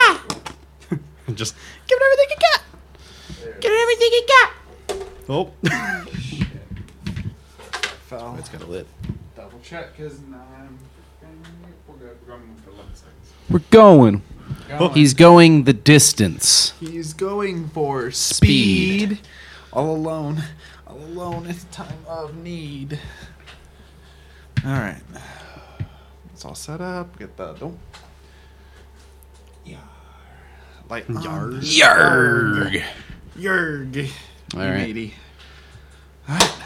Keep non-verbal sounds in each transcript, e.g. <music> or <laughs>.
And <laughs> just give it everything you got. Give it everything you got. Oh. Foul. it's got a lid. Double check because I'm. We're good. We're going for 11 seconds. We're going. Going. He's going the distance. He's going for Speed. speed. All alone. All alone in time of need. Alright. It's all set up. Get the don't. Yar. Light on. Yarg. Yarg. Yarg. You All right. matey. Alright.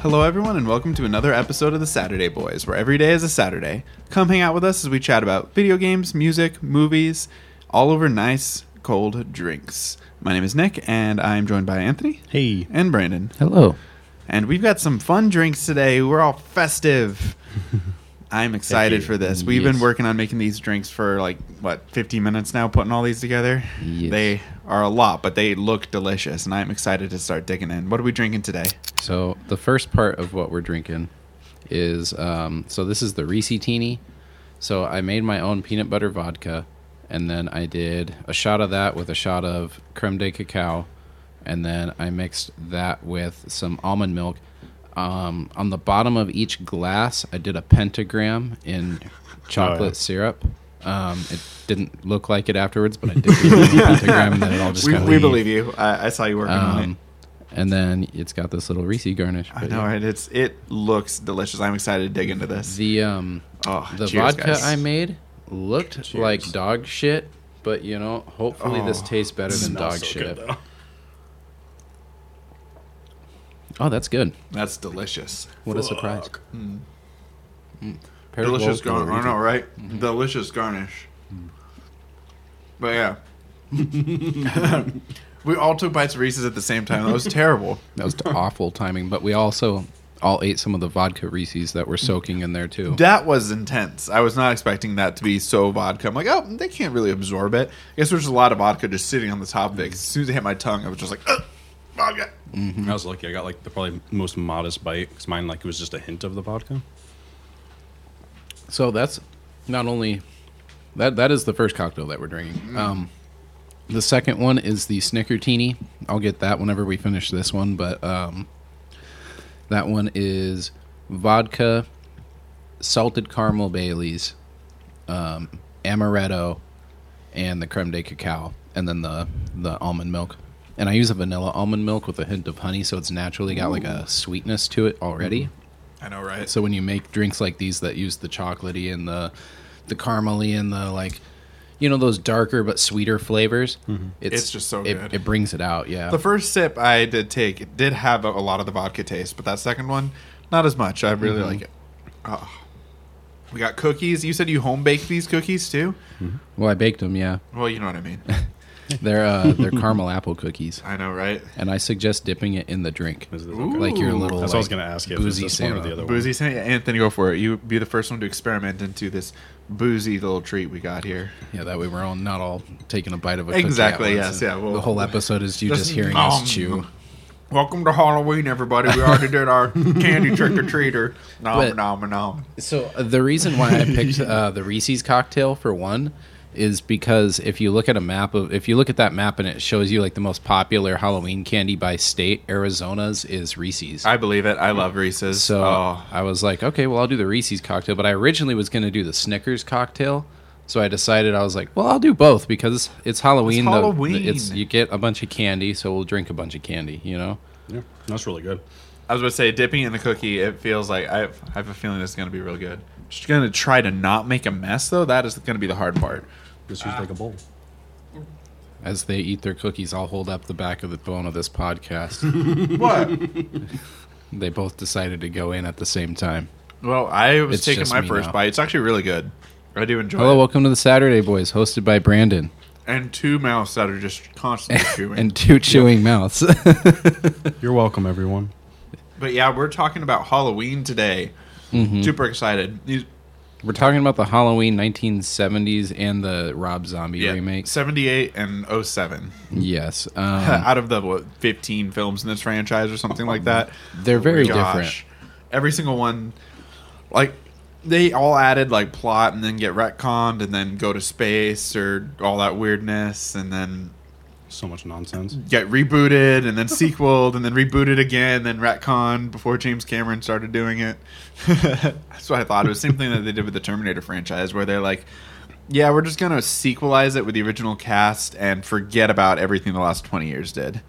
Hello, everyone, and welcome to another episode of the Saturday Boys, where every day is a Saturday. Come hang out with us as we chat about video games, music, movies, all over nice cold drinks. My name is Nick, and I'm joined by Anthony <laughs> Hey. and Brandon. Hello. And we've got some fun drinks today. We're all festive. I'm excited you. for this. We've Yes. been working on making these drinks for like what 15 minutes now, putting all these together. Yes. They are a lot, but they look delicious, and I'm excited to start digging in. What are we drinking today? So the first part of what we're drinking is um, so this is the Ricitini. So I made my own peanut butter vodka, and then I did a shot of that with a shot of creme de cacao, and then I mixed that with some almond milk. Um, on the bottom of each glass, I did a pentagram <laughs> in chocolate Oh, syrup. Um, it didn't look like it afterwards, but I did do <laughs> a pentagram, and then it all just We, kind of we believe you. I, I saw you working on it. um, and then it's got this little Reese garnish. I but know yeah. right. It's it looks delicious. I'm excited to dig into this. The um, Oh, the cheers, vodka guys. I made looked like dog shit, but you know, hopefully this Oh, tastes better than dog shit. oh, that's good. That's delicious. What a surprise! Mm. Pairs Hmm. Delicious well with garnish. I know, right? Mm-hmm. Delicious garnish. Mm. But yeah, <laughs> we all took bites of Reese's at the same time. That <laughs> was terrible. That was awful timing, but we also all ate some of the vodka Reese's that were soaking in there too. That was intense. I was not expecting that to be so vodka. I'm like, oh, they can't really absorb it. I guess there's a lot of vodka just sitting on the top Mm. of it. 'Cause As soon as it hit my tongue, I was just like, Ugh, vodka. I was lucky. I got like the probably most modest bite because mine like it was just a hint of the vodka. So that's not only that that is the first cocktail that we're drinking. Um, the second one is the Snickertini. I'll get that whenever we finish this one, but um, that one is vodka, salted caramel Baileys, um, amaretto, and the creme de cacao, and then the the almond milk. And I use a vanilla almond milk with a hint of honey, so it's naturally got like a sweetness to it already. I know, right? So when you make drinks like these that use the chocolatey and the the caramely and the like, you know those darker but sweeter flavors, Mm-hmm. It's just so it, good. It brings it out. Yeah, The first sip I did take it did have a, a lot of the vodka taste, but that second one, not as much. I really Mm-hmm. like it. Oh. We got cookies. You said you home baked these cookies too? well, I baked them. <laughs> Yeah, Well, you know what I <laughs> mean. they're uh, they're caramel apple cookies, I know, right? and I suggest dipping it in the drink, Is this Ooh. okay? like your little. That's what I was like, gonna ask you. Boozy Boozy this one or Santa. the other Boozy, Saint- yeah, Anthony, go for it. You be the first one to experiment into this boozy little treat we got here. Yeah, that way we're all not all taking a bite of a cookie at Exactly, once. yes, yeah, well- the whole episode is you Just just, hearing nom. us chew. um, Welcome to Halloween, everybody. We already did <laughs> our candy trick or treater. Nom But- nom nom. So uh, the reason why <laughs> I picked uh, the Reese's cocktail for one is because if you look at a map of if you look at that map and it shows you like the most popular Halloween candy by state, Arizona's is Reese's. I believe it. I love Reese's. so oh, I was like, okay, well I'll do the Reese's cocktail, but I originally was going to do the Snickers cocktail. So I decided I was like, well, I'll do both because it's Halloween. the- the- Halloween. it's you get a bunch of candy, so we'll drink a bunch of candy. You know, Yeah, that's really good. I was about to say dipping in the cookie. It feels like I have, I have a feeling this is going to be real good. Just going to try to not make a mess though. That is going to be the hard part. Just use like a bowl. as they eat their cookies, I'll hold up the back of the bone of this podcast. <laughs> What? they both decided to go in at the same time. well, I was It's taking just my me first now. bite. It's actually really good. I do enjoy. Hello, it. welcome to the Saturday Boys, hosted by Brandon. and two mouths that are just constantly <laughs> chewing. and two chewing mouths. <laughs> You're welcome, everyone. but yeah, we're talking about Halloween today. Mm-hmm. Super excited. These We're talking about the Halloween 1970s and the Rob Zombie yeah, remake. 78 and 07 Yes, <laughs> um, out of the what, 15 films in this franchise or something like that. Oh they're very different. Gosh. Every single one, like they all added like plot and then get retconned and then go to space or all that weirdness and then So much nonsense. get rebooted and then sequeled and then rebooted again, then retconned before James Cameron started doing it. <laughs> That's what I thought. It was the same thing that they did with the Terminator franchise, where they're like, yeah, we're just going to sequelize it with the original cast and forget about everything the last 20 years did.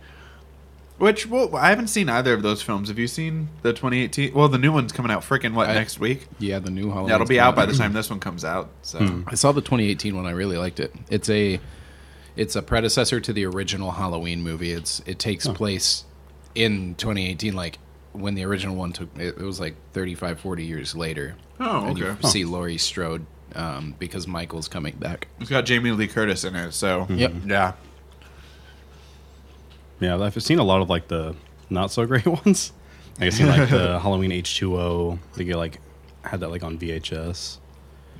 Which, well, I haven't seen either of those films. Have you seen the 2018? Well, the new one's coming out freaking, what, I- next week? Yeah, the new Halloween. That'll be out by the time this one comes out. So, I saw the 2018 one. I really liked it. It's a it's a predecessor to the original Halloween movie. It's it takes place in 2018 like when the original one took it, it was like 35 40 years later. oh, And okay. you see Laurie Strode um, because Michael's coming back. It's got Jamie Lee Curtis in it, so. Yep. Yeah. Yeah, I've seen a lot of like the not so great <laughs> ones. Like I've seen like <laughs> the Halloween H2O. They get like had that like on VHS.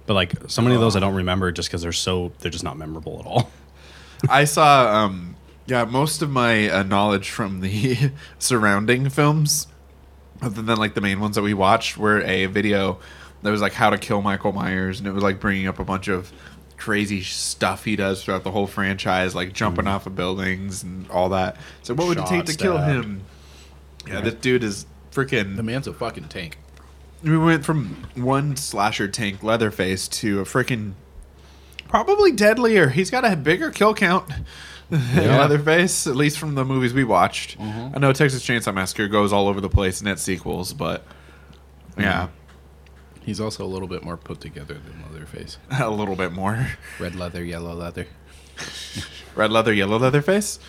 But like so many of those I don't remember just because they're so they're just not memorable at all. I saw, um, yeah, most of my uh, knowledge from the <laughs> surrounding films, other than like the main ones that we watched, were a video that was like how to kill Michael Myers, and it was like bringing up a bunch of crazy stuff he does throughout the whole franchise, like jumping off of buildings and all that. So, what would Shot, it take to kill stabbed. him? Yeah, this dude is freaking The man's a fucking tank. we went from one slasher tank Leatherface to a freaking probably deadlier. He's got a bigger kill count than Yeah. Leatherface, at least from the movies we watched. I know Texas Chainsaw Massacre goes all over the place and its sequels, but yeah, He's also a little bit more put together than Leatherface. <laughs> a little bit more. Red leather, yellow leather. Red leather, yellow Leatherface.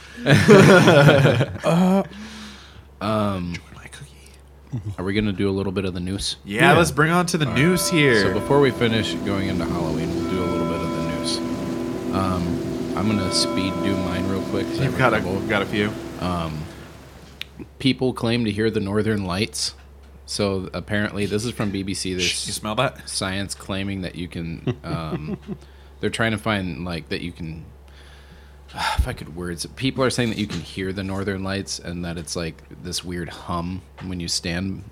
Um, Where's my cookie? are we gonna do a little bit of the noose? Yeah, let's bring on to the news here. So before we finish going into Halloween, we'll do a little bit of the news. Um, I'm gonna speed do mine real quick. 'cause I have You've got a couple. got a few. People claim to hear the northern lights. So apparently, this is from BBC. You There's smell that? science claiming that you can. Um, they're trying to find like that you can. If I could words, people are saying that you can hear the northern lights and that it's like this weird hum when you stand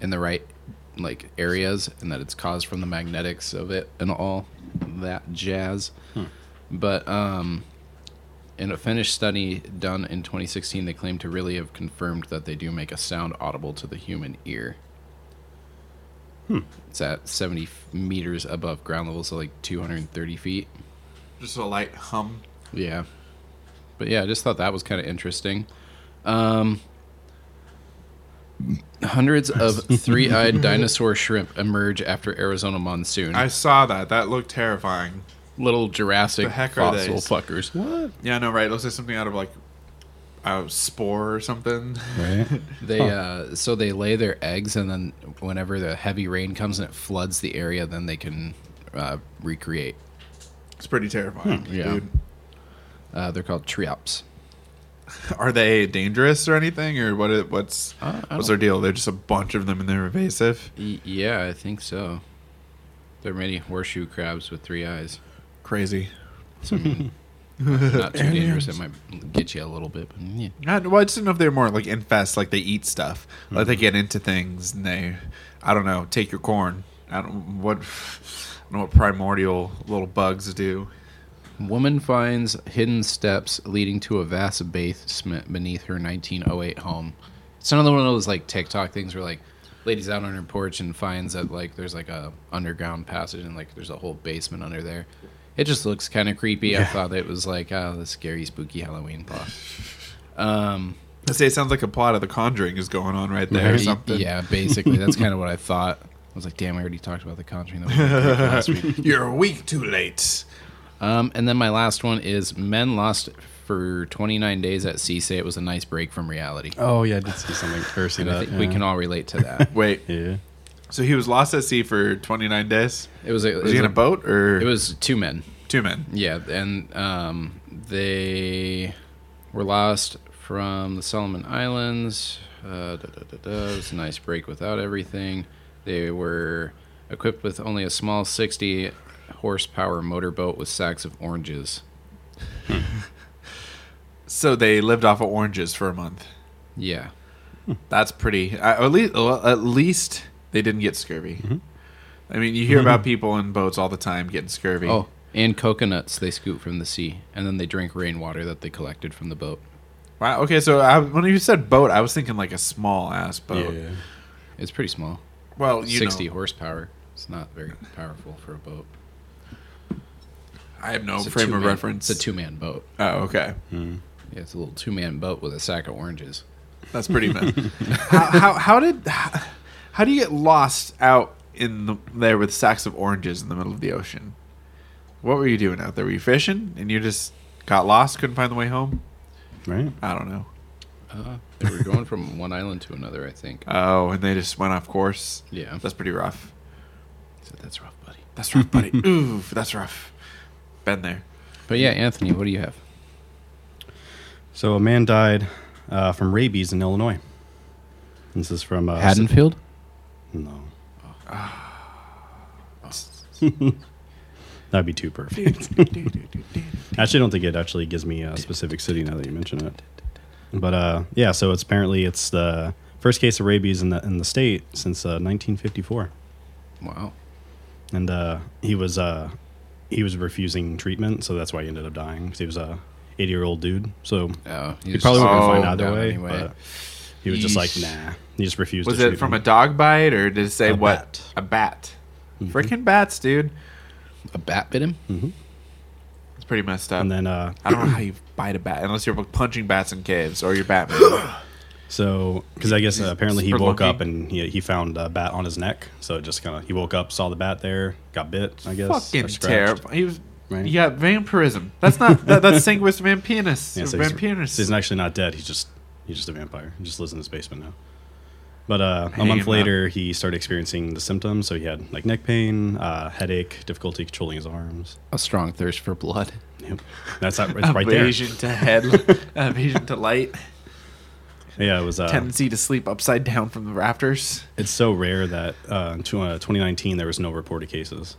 in the right like areas, and that it's caused from the magnetics of it and all that jazz. But um, in a Finnish study done in 2016, they claim to really have confirmed that they do make a sound audible to the human ear. It's at 70 f- meters above ground level, so like 230 feet. Just a light hum. Yeah. But yeah, I just thought that was kind of interesting. Um, hundreds <laughs> of three eyed dinosaur shrimp emerge after Arizona monsoon. I saw that. That looked terrifying. Little Jurassic The heck are fossil these? fuckers. What? Yeah, no, right. It looks like something out of like a spore or something. <laughs> Right? <laughs> They uh, so they lay their eggs, and then whenever the heavy rain comes and it floods the area, then they can uh, recreate. It's pretty terrifying. Hmm, yeah. Dude. Uh, they're called triops. Are they dangerous or anything, or what? Is, what's Uh, I what's don't- their deal? They're just a bunch of them, and they're invasive. Y- Yeah, I think so. There are many horseshoe crabs with three eyes. Crazy. Not too dangerous. It might get you a little bit. But yeah. I, well, I just didn't know if they're more like infest, like they eat stuff, like Mm-hmm. they get into things, and they, I don't know, take your corn. I don't what, <sighs> I don't know what primordial little bugs do. Woman finds hidden steps leading to a vast basement beneath her 1908 home. It's another one of those like TikTok things where like ladies out on her porch and finds that like there's like a underground passage and like there's a whole basement under there. It just looks kind of creepy. I thought it was like oh the scary spooky Halloween plot. Um, I say it sounds like a plot of The Conjuring is going on right there or Y- something. Yeah, basically, that's kind <laughs> of what I thought. I was like, damn, I already talked about the Conjuring that we did last week. You're a week too late. Um, and then my last one is men lost for 29 days at sea say it was a nice break from reality. Oh yeah, I did see something cursing. And I think that, we yeah. can all relate to that. Wait, Yeah. so he was lost at sea for 29 days. It was a, <laughs> it Was was, he in a- a boat or it was two men. Two men. Yeah, and um, they were lost from the Solomon Islands. Uh, da, da, da, da. It was a nice break without everything. They were equipped with only a small 60 horsepower motorboat with sacks of oranges. So they lived off of oranges for a month. Yeah. That's pretty. I- At least, well, at least they didn't get scurvy. Mm-hmm. I mean, you hear about people in boats all the time getting scurvy. Oh, and coconuts they scoop from the sea, and then they drink rainwater that they collected from the boat. wow. Okay, so I, when you said boat, I was thinking like a small ass Yeah, boat. yeah. It's pretty small, Well, you 60 know, horsepower. It's not very powerful for a boat. I have no It's a frame of two-man- reference. It's a two-man boat. oh, okay. Yeah, it's a little two-man boat with a sack of oranges. That's <laughs> pretty bad. how, how how did how, how do you get lost out in the, there with sacks of oranges in the middle of the ocean? What were you doing out there? Were you fishing and you just got lost, couldn't find the way home? Right? I don't know. Uh, they were going from <laughs> one island to another, I think. Oh, and they just went off course. Yeah. That's pretty rough. So that's rough, buddy. That's rough, buddy. <laughs> Oof, that's rough. Been <laughs> there. But yeah, Anthony, what do you have? So a man died uh, from rabies in Illinois. This is from uh, Haddonfield? No. That'd be too perfect. <laughs> actually, I don't think it actually gives me a specific city now that you mention it. But uh, yeah, so it's apparently it's the first case of rabies in the in the state since uh, 1954, Wow. and uh, he was uh, he was refusing treatment, so that's why he ended up dying. 'cause he was a 80 year old dude, so Oh, he probably was would Oh, not find out down that way. anyway. But he was just like, Yeesh. nah. He just refused. Was to it treat from a him. dog bite or did it say A what? bat. Mm-hmm. A bat. Freaking bats, dude. a bat bit him. Hmm. It's pretty messed up. And then uh, I don't know how you bite a bat unless you're punching bats in caves or <clears throat> you're Batman. So, because I guess uh, apparently he Super woke lucky. up and he, he found a bat on his neck. So it just kind of he woke up, saw the bat there, got bit. I guess. or Fucking scratched. terrible. He was. Right. Yeah, vampirism. That's not that, that's sanguis vampinus. Yeah, so he's, vampinus. so he's actually not dead. He's just he's just a vampire. He just lives in his basement now. But uh, a Hanging month out. later, he started experiencing the symptoms. So he had like neck pain, uh, headache, difficulty controlling his arms. A strong thirst for blood. <laughs> Yep. That's not, <laughs> it's right there. Aversion to <laughs> head, aversion to light, Yeah, it was. Uh, tendency to sleep upside down from the rafters. It's so rare that uh, in tw- uh, 2019 there was no reported cases,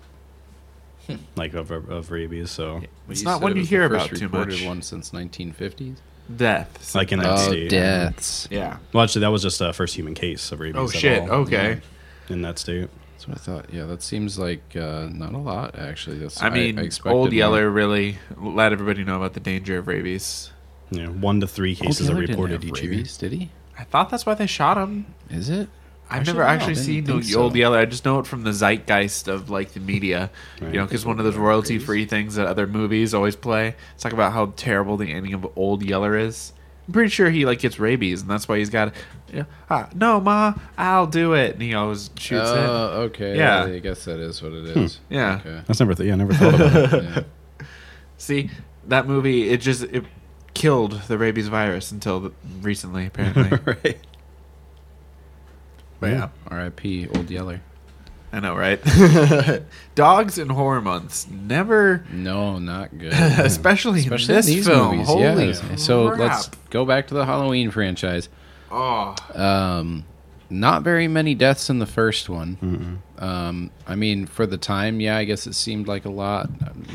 Hmm. like of, of, of rabies. So It's You not said one it you was the hear first about too recorded much. one since 1950s. Death, Like in that oh, state. deaths. yeah. Well, actually, that was just a first human case of rabies. Oh at shit. all Okay. In that state, That's what I thought. Yeah, that seems like uh, not a lot, actually. That's, I mean, expected Old more. Yeller really let everybody know about the danger of rabies. you know, one to three Old cases are Yeller didn't reported Oh, E have each rabies, Did he? I thought that's why they shot him. Is it? I've Actually, never no, actually I didn't seen the think so. old Yeller. I just know it from the zeitgeist of like the media, Right. you know, because one of those royalty-free things that other movies always play. It's talk about how terrible the ending of Old Yeller is. I'm pretty sure he like gets rabies, and that's why he's got, you know, ah, no ma, I'll do it, and he always shoots it. Oh, okay. Yeah. Hmm. I guess that is what it is. Yeah. Okay. That's never. Th- yeah, I never thought about <laughs> it. Yeah. See that movie? It just it killed the rabies virus until the, recently, <laughs> apparently. right. but yeah, R.I.P. Old Yeller. I know, right? <laughs> Dogs in horror months never. <laughs> No, not good. especially, Especially in this these film. movies. Holy yes. So crap. let's go back to the Halloween franchise. <laughs> Oh, Um, not very many deaths in the first one. Um, I mean, for the time, yeah, I guess it seemed like a lot,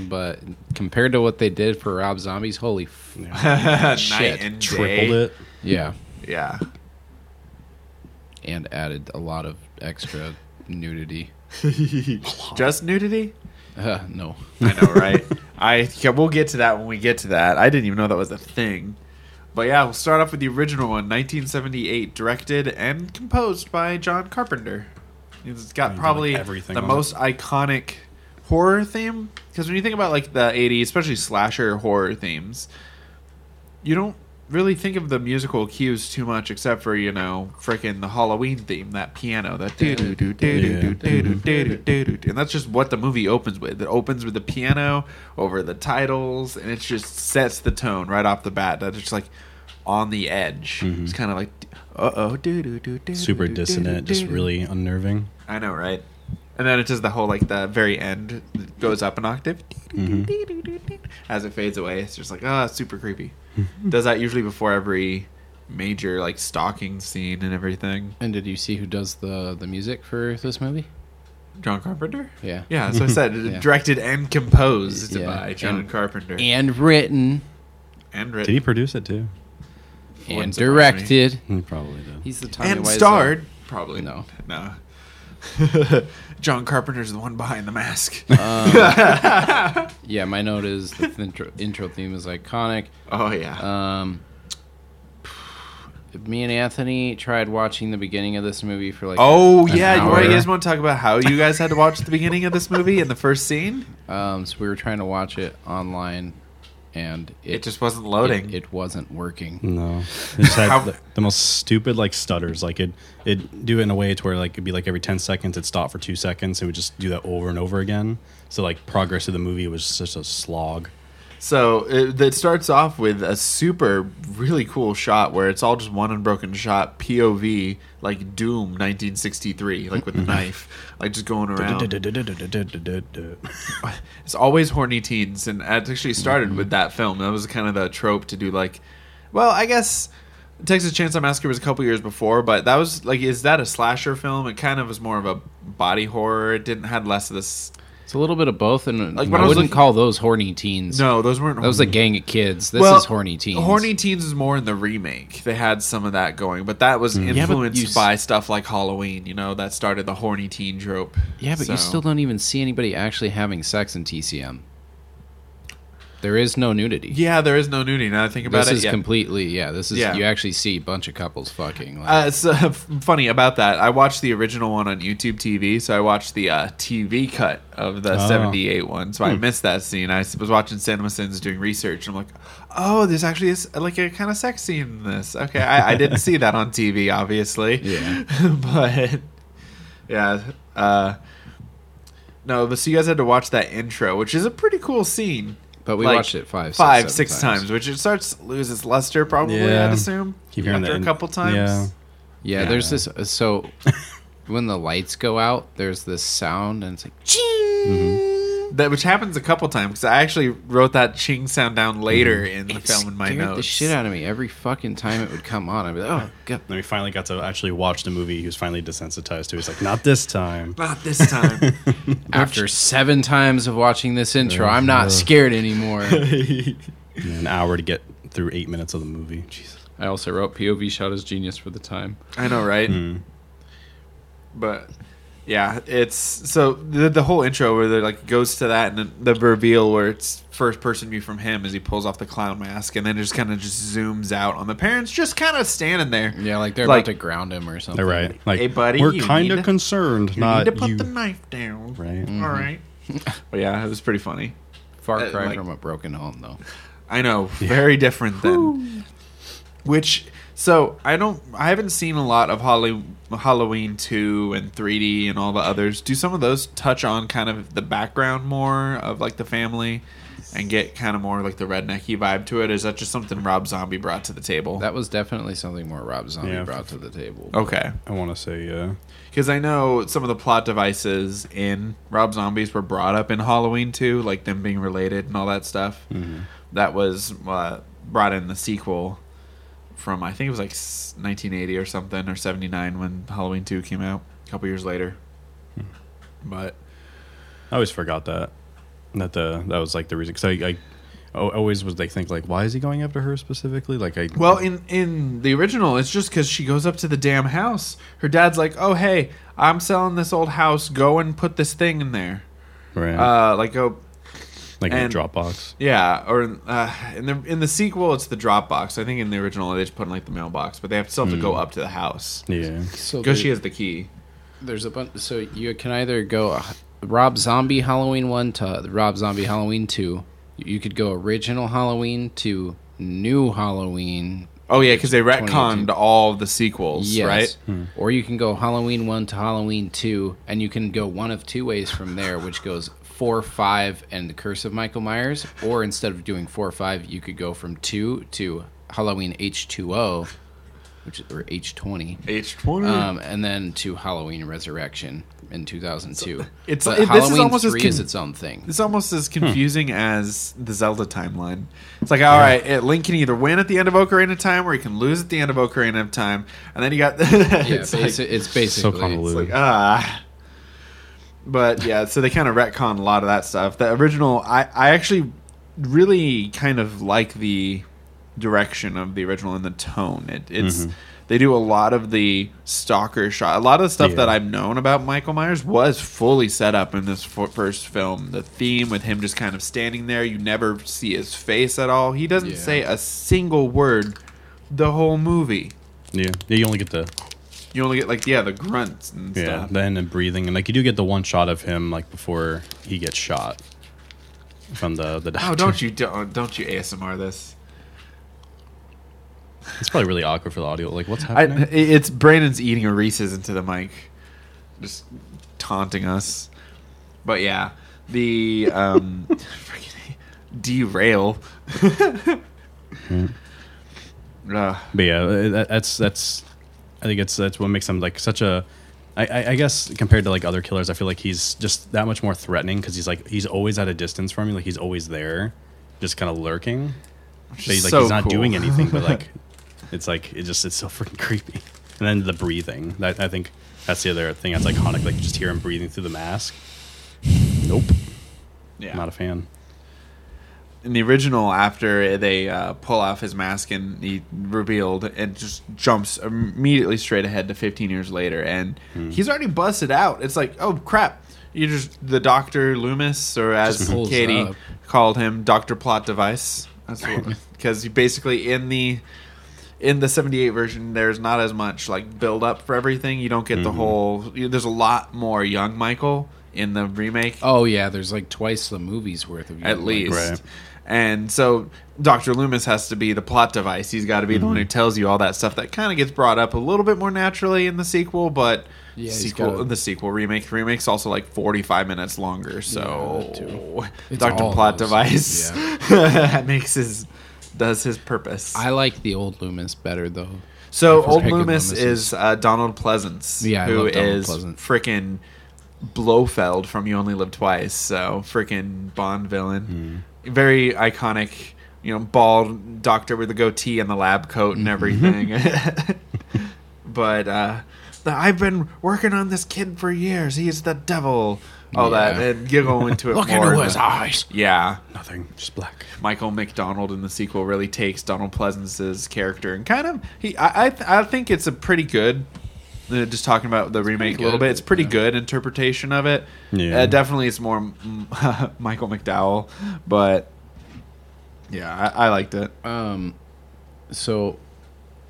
but compared to what they did for Rob Zombies, holy f- night Shit. and Tripled day. it. yeah, Yeah, and added a lot of extra nudity. <laughs> just nudity. Uh, no, <laughs> I <laughs> know, right? I yeah, we'll get to that when we get to that. I didn't even know that was a thing. But yeah, we'll start off with the original one, 1978, directed and composed by John Carpenter. It's got He's done, probably like, everything the on most iconic horror theme because when you think about like the 80s, especially slasher horror themes, you don't really think of the musical cues too much except for, you know, freaking the Halloween theme, that piano, that do do do do do do do do do do and that's just what the movie opens with. It opens with the piano over the titles and it just sets the tone right off the bat. That's just like on the edge. It's kind of like uh oh do do do do Super dissonant, just really unnerving. I know, right? And then it does the whole like the very end it goes up an octave as it fades away. It's just like ah, super creepy. does that usually before every major like stalking scene and everything? And did you see who does the the music for this movie? John Carpenter. Yeah. Yeah, so I <laughs> said Yeah. directed and composed Yeah. by John And- Carpenter and, And written Did written he produce it too? and Wouldn't surprise directed. He probably did. He's the Tommy and Wiseau. starred probably No. no. <laughs> John Carpenter's the one behind the mask. Uh, Yeah, my note is the intro, intro theme is iconic. <laughs> oh yeah. Um, <sighs> me and Anthony tried watching the beginning of this movie for like. Oh an yeah, you, wanna- you hour. guys want to talk about how you guys had to watch the beginning of this movie and the first scene? Um, so we were trying to watch it online, and it, It, just wasn't it- loading. It, wasn't working. No, it just How- had the, the most stupid like stutters. Like it, it do it in a way to where like it'd be like every ten seconds it'd stop for two seconds. It would just do that over and over again. So like progress of the movie was such a slog. so it, it starts off with a super really cool shot where it's all just one unbroken shot POV like Doom 1963 like with <laughs> the knife like just <laughs> going around. <sighs> it's always horny teens, and it actually Mm-hmm. started with that film. That was kind of the trope to do like, well, I guess Texas Chainsaw Massacre was a couple years before, but that was like, is that a slasher film? It kind of was more of a body horror. It didn't had less of this. It's a little bit of both, and Like, like, when I, I was wouldn't looking- call those horny teens. No, those weren't. that was a gang of kids. This is horny teens. Horny teens is more in the remake. They had some of that going, but that was Mm. Yeah, but influenced you s- by stuff like Halloween. You know, that started the horny teen trope. Yeah, but you So- still don't even see anybody actually having sex in TCM. There is no nudity. Yeah, there is no nudity. Now that I think about this it. is yeah. completely yeah. This is Yeah. you actually see a bunch of couples fucking. Like, Uh, <laughs> it's uh, f- funny about that. I watched the original one on YouTube TV, so I watched the uh, TV cut of the Oh. Hmm. '78 one. So I missed that scene. I s- was watching CinemaSins doing research, and I'm like, "Oh, there's actually a s like a kind of sex scene in this." Okay, I, I didn't see that on TV, <laughs> obviously. Yeah. <laughs> but yeah. Uh, no, but so you guys had to watch that intro, which is a pretty cool scene. but we like, watched it five, six, Five, seven six times. which it starts to lose its luster, probably. I'd Yeah. assume Keep hearing after that a in- couple times. Yeah. Yeah, Yeah. there's this. uh, So <laughs> when the lights go out, there's this sound, and it's like, Mm-hmm. That which happens a couple times because I actually wrote that ching sound down later in the Mm-hmm. it film in my scared notes. the shit out of me every fucking time it would come on. I'd be like, oh god. Then we finally got to actually watch the movie. He was finally desensitized to. it. He's like, not this <laughs> time. Not this <laughs> time. <laughs> After seven times of watching this intro, I'm not scared <laughs> anymore. And An hour to get through eight minutes of the movie. Jesus. I also wrote POV shot as genius for the time. I know, right? Hmm. But yeah, it's so the, the whole intro where they like goes to that and then the reveal where it's first person view from him as he pulls off the clown mask and then it just kind of just zooms out on the parents just kind of standing there. Yeah, like they're Like- about to ground him or something. All right. Like, Hey, buddy, we're you kind need- of concerned. You need not to put you. the knife down. right. Mm-hmm. All right. But yeah, it was pretty funny. Far Uh, cry like- from a broken home, though. I know, very different then. Which so I don't I haven't seen a lot of Holly, Halloween 2 and 3D and all the others. Do some of those touch on kind of the background more of like the family and get kind of more like the rednecky vibe to it? Is that just something Rob Zombie brought to the table? That was definitely something more Rob Zombie Yeah. brought to the table. okay. I want to say, yeah. Because I know some of the plot devices in Rob Zombies were brought up in Halloween too, like them being related and all that stuff. That was uh, brought in the sequel from, I think it was like s- 1980 or something, or 79 when Halloween 2 came out, a couple years later. But I always forgot that. That the that was like the reason because I, I al- always was like think like why is he going after her specifically like I Well, in in the original, it's just because she goes up to the damn house. Her dad's like, "Oh hey, I'm selling this old house. Go and put this thing in there. right, Uh, like go like in and- the Dropbox Yeah, or uh, in the in the sequel, it's the Dropbox. I think in the original they just put in like the mailbox, but they have still have to go up to the house yeah So Hmm. because the- she has the key. There's a bunch. So you can either go uh, Rob Zombie Halloween one to Rob Zombie Halloween two. You could go original Halloween to new Halloween, Oh yeah, because they 2018. retconned all the sequels, yes. right? Or you can go Halloween one to Halloween two, and you can go one of two ways from there, which goes four five and the Curse of Michael Myers. Or instead of doing four five, you could go from two to Halloween H two O. which or H twenty. H twenty. Um, and then to Halloween Resurrection in 2002. It's- it- this But is Halloween almost as three con- is its own thing. It's almost as confusing as the Zelda timeline. It's like, all right, it- Link can either win at the end of Ocarina of Time or he can lose at the end of Ocarina of Time. And then you got. <laughs> Yeah, it's, it's, like, basi- it's basically it's convoluted. like, ah. But yeah, so they kind of retcon a lot of that stuff. The original, I, I actually really kind of like the direction of the original and the tone. It, it's. Mm-hmm. They do a lot of the stalker shot. A lot of the stuff Yeah. that I've known about Michael Myers was fully set up in this fir- first film. The theme with him just kind of standing there, you never see his face at all. He doesn't Yeah. say a single word the whole movie. Yeah, you only get the You only get like yeah, the grunts and yeah, stuff. then and breathing, and like you do get the one shot of him like before he gets shot from the the doctor. <laughs> <laughs> Oh, don't you don't don't you ASMR this? It's probably really awkward for the audio. Like, what's I, happening? it- it's Brandon's eating a Reese's into the mic, just taunting us. But yeah, the <laughs> um, freaking <laughs> derail. uh, but yeah, that, that's that's. I think it's that's what makes him like such a. I, I, I guess compared to like other killers, I feel like he's just that much more threatening because he's like he's always at a distance from you. Like he's always there, just kind of lurking. So he's like so he's not cool. doing anything, but like <laughs> it's like it just it's so freaking creepy. And then the breathing. That I think that's the other thing that's iconic. Like just hear him breathing through the mask. Nope, yeah. not a fan. in the original after they uh, pull off his mask and he revealed and just jumps immediately straight ahead to 15 years later and Hmm. he's already busted out it's like oh crap you just the doctor loomis or as Just pulls katie up. called him dr plot device <laughs> <laughs> because you basically in the in the 78 version there's not as much like build up for everything you don't get Mm-hmm. the whole you, there's a lot more young michael in the remake Oh yeah, there's like twice the movie's worth of at least. Right. And so Dr. Loomis has to be the plot device. He's got to be the one Mm-hmm. who tells you all that stuff that kind of gets brought up a little bit more naturally in the sequel, but Yeah, he's sequel gotta- the sequel remake the remake's also like 45 minutes longer. that So too. It's Dr. all Plot those. Device <laughs> makes his does his purpose. I like the old Loomis better though. So I first old picked Loomis, Loomis is uh, Donald Pleasance, Yeah, I who love Donald is Pleasance. frickin' Blofeld from You Only Live Twice. So frickin' Bond villain, Hmm. very iconic. You know, bald doctor with a goatee and the lab coat and Mm-hmm. everything. <laughs> <laughs> but uh, the, I've been working on this kid for years. He is the devil. All that Yeah. and giggle <laughs> into it more. eyes. yeah, Nothing, just black. Michael McDonald in the sequel really takes Donald Pleasance's character and kind of he I I, th- I think it's a pretty good uh, just talking about the remake a pretty little good, bit. It's pretty yeah. good interpretation of it. Yeah. Uh, definitely it's more mm, <laughs> Michael McDowell, but yeah, I, I liked it. Um, so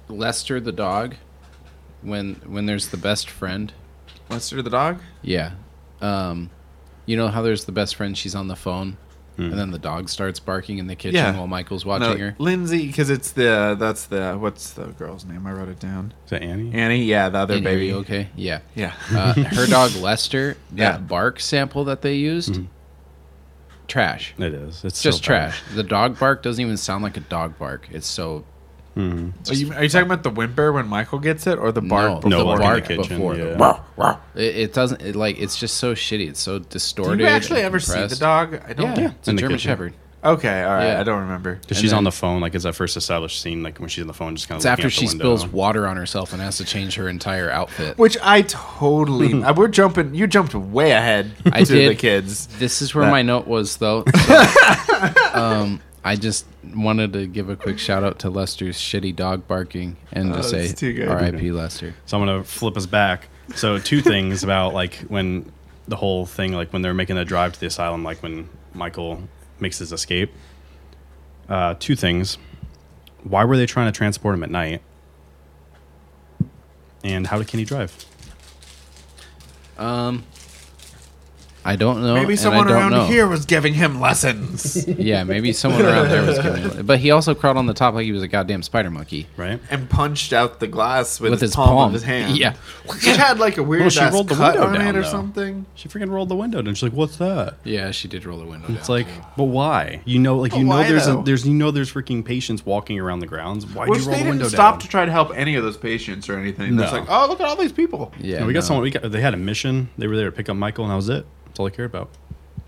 Lester the dog, when when there's the best friend, Lester the dog? yeah. Um, you know how there's the best friend? She's on the phone, and then the dog starts barking in the kitchen Yeah. while Michael's No, watching her. Lindsay cuz it's the that's the what's the girl's name? I wrote it down. Is that Annie? Annie, yeah, the other And are baby. you okay? Yeah. <laughs> Yeah. <laughs> Uh, her dog Lester, that Yeah. bark sample that they used, trash. It is. Mm-hmm. It's Just so bad. trash. The dog bark doesn't even sound like a dog bark. It's so Are you, are you talking about the whimper when Michael gets it or the bark? no, No, the like in the bark kitchen, before. the yeah. bark. It, it doesn't it, like it's just so shitty. It's so distorted. Do you actually and ever see the compressed. dog? I don't. Yeah, it's a in the German kitchen. Shepherd. Okay, all right. Yeah. I don't remember. 'Cause And she's then- on the phone, like it's that first established scene, like when she's on the phone, just kind of. It's after she spills water on herself and has to change her entire outfit. Which I totally. I- we're jumping. You jumped way ahead I to did. the kids. This is where That- my note <laughs> was, though. So, um, I just wanted to give a quick shout out to Lester's shitty dog barking and Oh, to it's too say good. R.I.P. Lester. So I'm gonna flip us back. So <laughs> two things about like when the whole thing, like when they're making the drive to the asylum, like when Michael makes his escape. Uh, two things. Why were they trying to transport him at night? And how can he drive? Um, I don't know. Maybe and I someone don't around know. here was giving him lessons. Yeah, maybe someone around there was giving him. But he also crawled on the top like he was a goddamn spider monkey. right? and punched out the glass with, With his, his palm, palm. of his hand. Yeah. it had like a weird Well, she ass rolled the cut window on down, it or though. Oh, something. She freaking rolled the window down. She's like, "What's that?" Yeah, she did roll the window. It's like, but why? You know, like But you know, why, there's a, though? there's you know, there's freaking patients walking around the grounds. Why would Which you roll they the didn't window stop down? to try to help any of those patients or anything. No. It's like, oh, look at all these people. yeah, And we got no. someone. We got, they had a mission. They were there to pick up Michael, and that was it. That's all I care about.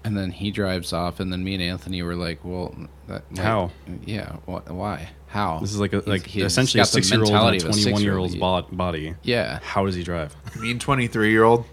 And then he drives off, and then me and Anthony were like, "Well, that, like, How? Yeah, wh- why? How? This is like a He's- like he's essentially a got the six year old and a mentality of twenty one year old's six-year-old. bo- body. Yeah, How does he drive? Mean twenty three year old.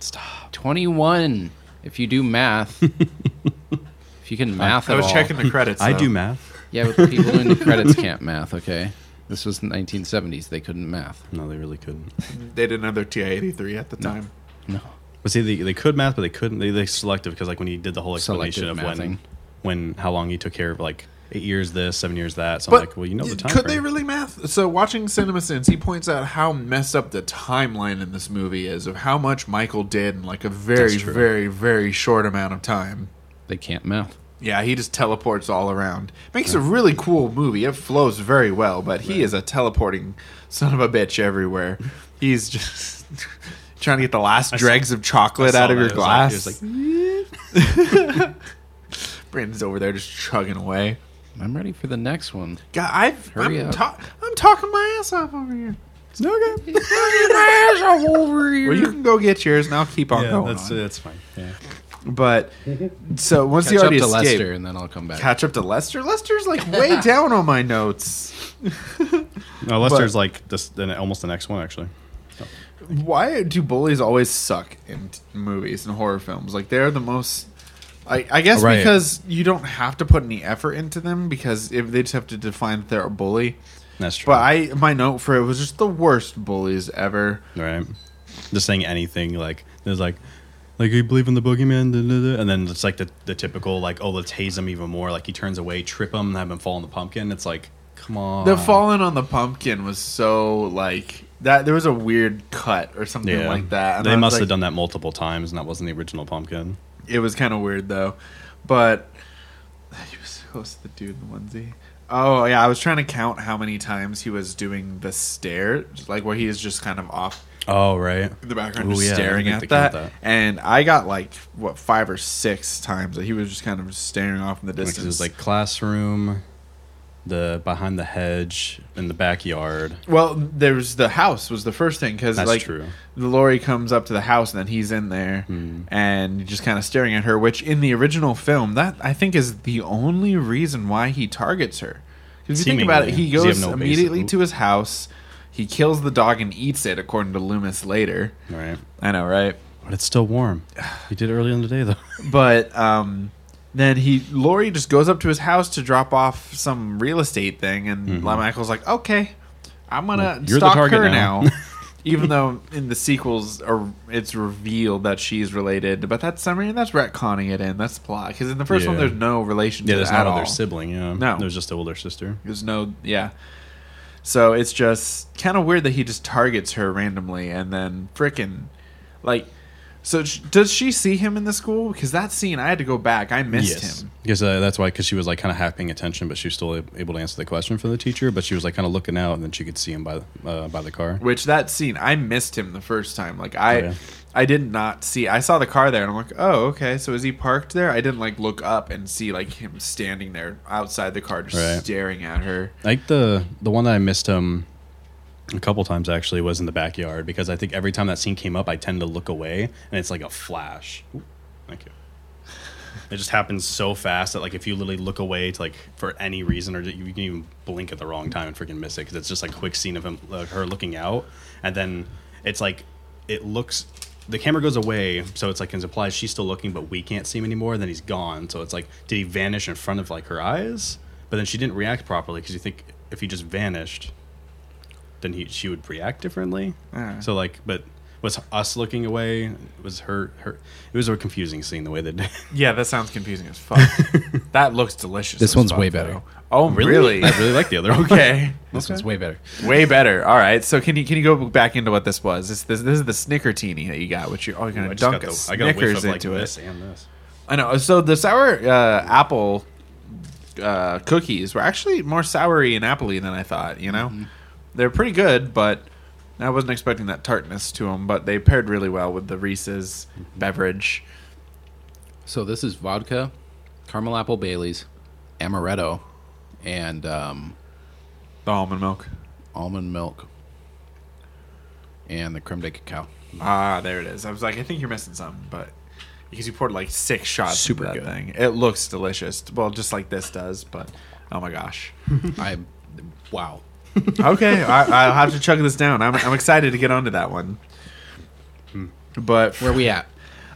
Stop. twenty one. If you <laughs> do math, if you can math, I at was all. checking the credits. I though. do math. Yeah, but the people <laughs> doing the credits can't math. Okay, this was the nineteen seventies. They couldn't math. No, they really couldn't. They didn't have their TI eighty three at the time. No. But see, they, they could math, but they couldn't. They they selective because like when he did the whole explanation Selective of mathing. when, when how long he took care of like eight years this, seven years that. So But I'm like, well, you know the time. could they frame. really math? So watching CinemaSins, he points out how messed up the timeline in this movie is of how much Michael did in like a very, That's true. very, very short amount of time. They can't math. Yeah, he just teleports all around. Makes a really cool movie. It flows very well, but he is a teleporting son of a bitch everywhere. He's just <laughs> trying to get the last I saw- dregs of chocolate I saw out of that. your It was like- it glass. was <laughs> Brandon's over there just chugging away. I'm ready for the next one. God, I've, Hurry I'm, up. ta- I'm talking my ass off over here. Okay. <laughs> Well, Hmm. you can go get yours, and I'll keep on Yeah, going. that's on. that's fine. Yeah. But so once Catch he up already to escaped, Lester, and then I'll come back. catch up to Lester. Lester's <laughs> like way down on my notes. No, Lester's But- like this, then almost the next one actually. Why do bullies always suck in t- movies and horror films? Like they're the most. I, I guess Right. because you don't have to put any effort into them because if they just have to define that they're a bully. That's true. But I my note for it was just the worst bullies ever. right? Just saying anything like there's like, like you believe in the boogeyman, da, da, da," and then it's like the, the typical like oh let's haze him even more. Like he turns away, trip him, have him fall on the pumpkin. It's like come on, The falling on the pumpkin was so like that. There was a weird cut or something yeah, like that. They must have have done that multiple times, and that wasn't the original pumpkin. It was kind of weird though, but he was close to the dude in the onesie. Oh yeah, I was trying to count how many times he was doing the stare, just like where he is just kind of off Oh right, in the background, Ooh, just yeah, I staring didn't at think they that. count And I got like what five or six times that he was just kind of staring off in the because distance. it was like classroom, the behind the hedge in the backyard. well, there's the house was the first thing because That's like true. the lorry comes up to the house and then he's in there Hmm. and just kind of staring at her which in the original film that i think is the only reason why he targets her because if you think about it Seemingly, he 'cause you have goes no basis. immediately to his house he kills the dog and eats it according to loomis later Right, i know right but it's still <sighs> warm. You did it earlier in the day though. but um then he Lori just goes up to his house to drop off some real estate thing, and Michael's like, "Okay, I'm gonna Mm-hmm. You're the stalk target her now." now." <laughs> Even though in the sequels, are, it's revealed that she's related, but that's I mean that's retconning it in. That's the plot because in the first one Yeah. there's no relation. Yeah, to there's it not at other all. sibling. Yeah, No. there's just the older sister. There's no yeah. So it's just kind of weird that he just targets her randomly and then frickin' like. So sh- does she see him in the school? Because that scene, I had to go back. I missed him. Because uh, that's why, because she was like kind of half paying attention, but she was still able to answer the question for the teacher. But she was like kind of looking out, and then she could see him by uh, by the car. Which that scene, I missed him the first time. Like I, Oh, yeah. I did not see. I saw the car there, and I'm like, oh, okay. So is he parked there? I didn't like look up and see like him standing there outside the car, just Right. staring at her. Like the the one that I missed him a couple times actually was in the backyard because I think every time that scene came up, I tend to look away, and it's like a flash. Ooh, thank you. It just happens so fast that like if you literally look away to like for any reason or you you can even blink at the wrong time and freaking miss it because it's just like quick scene of him like, her looking out and then it's like it looks the camera goes away so it's like it implies she's still looking but we can't see him anymore and then he's gone so it's like did he vanish in front of like her eyes but then she didn't react properly because you think if he just vanished then he she would react differently Ah. so like but was us looking away. It was her. Her. It was a confusing scene the way they did. Yeah, that sounds confusing as fuck. that looks delicious. This as one's fuck, way better. though. Oh, really? I really like the other one. <laughs> okay. This one's way better. Way better. All right. So can you can you go back into what this was? This this, this is the Snickertini that you got, which you're oh, you're I gonna just dunk got a the, I got a whiff of Snickers like into it. this and this. I know. So the sour uh, apple uh, cookies were actually more soury and appley than I thought. You Mm-hmm. know, they're pretty good, but I wasn't expecting that tartness to them. But they paired really well with the Reese's Mm-hmm. beverage. So this is vodka, caramel apple Bailey's, amaretto, and um, The almond milk. almond milk, and the creme <laughs> de cacao. Ah, there it is. I was like, I think you're missing something, but because you poured like six shots Super into that good. thing, it looks delicious. Well, just like this does, but oh my <laughs> gosh. I, wow. okay, I, I'll have to chug this down. I'm, I'm excited to get onto that one. Hmm. But Where we at?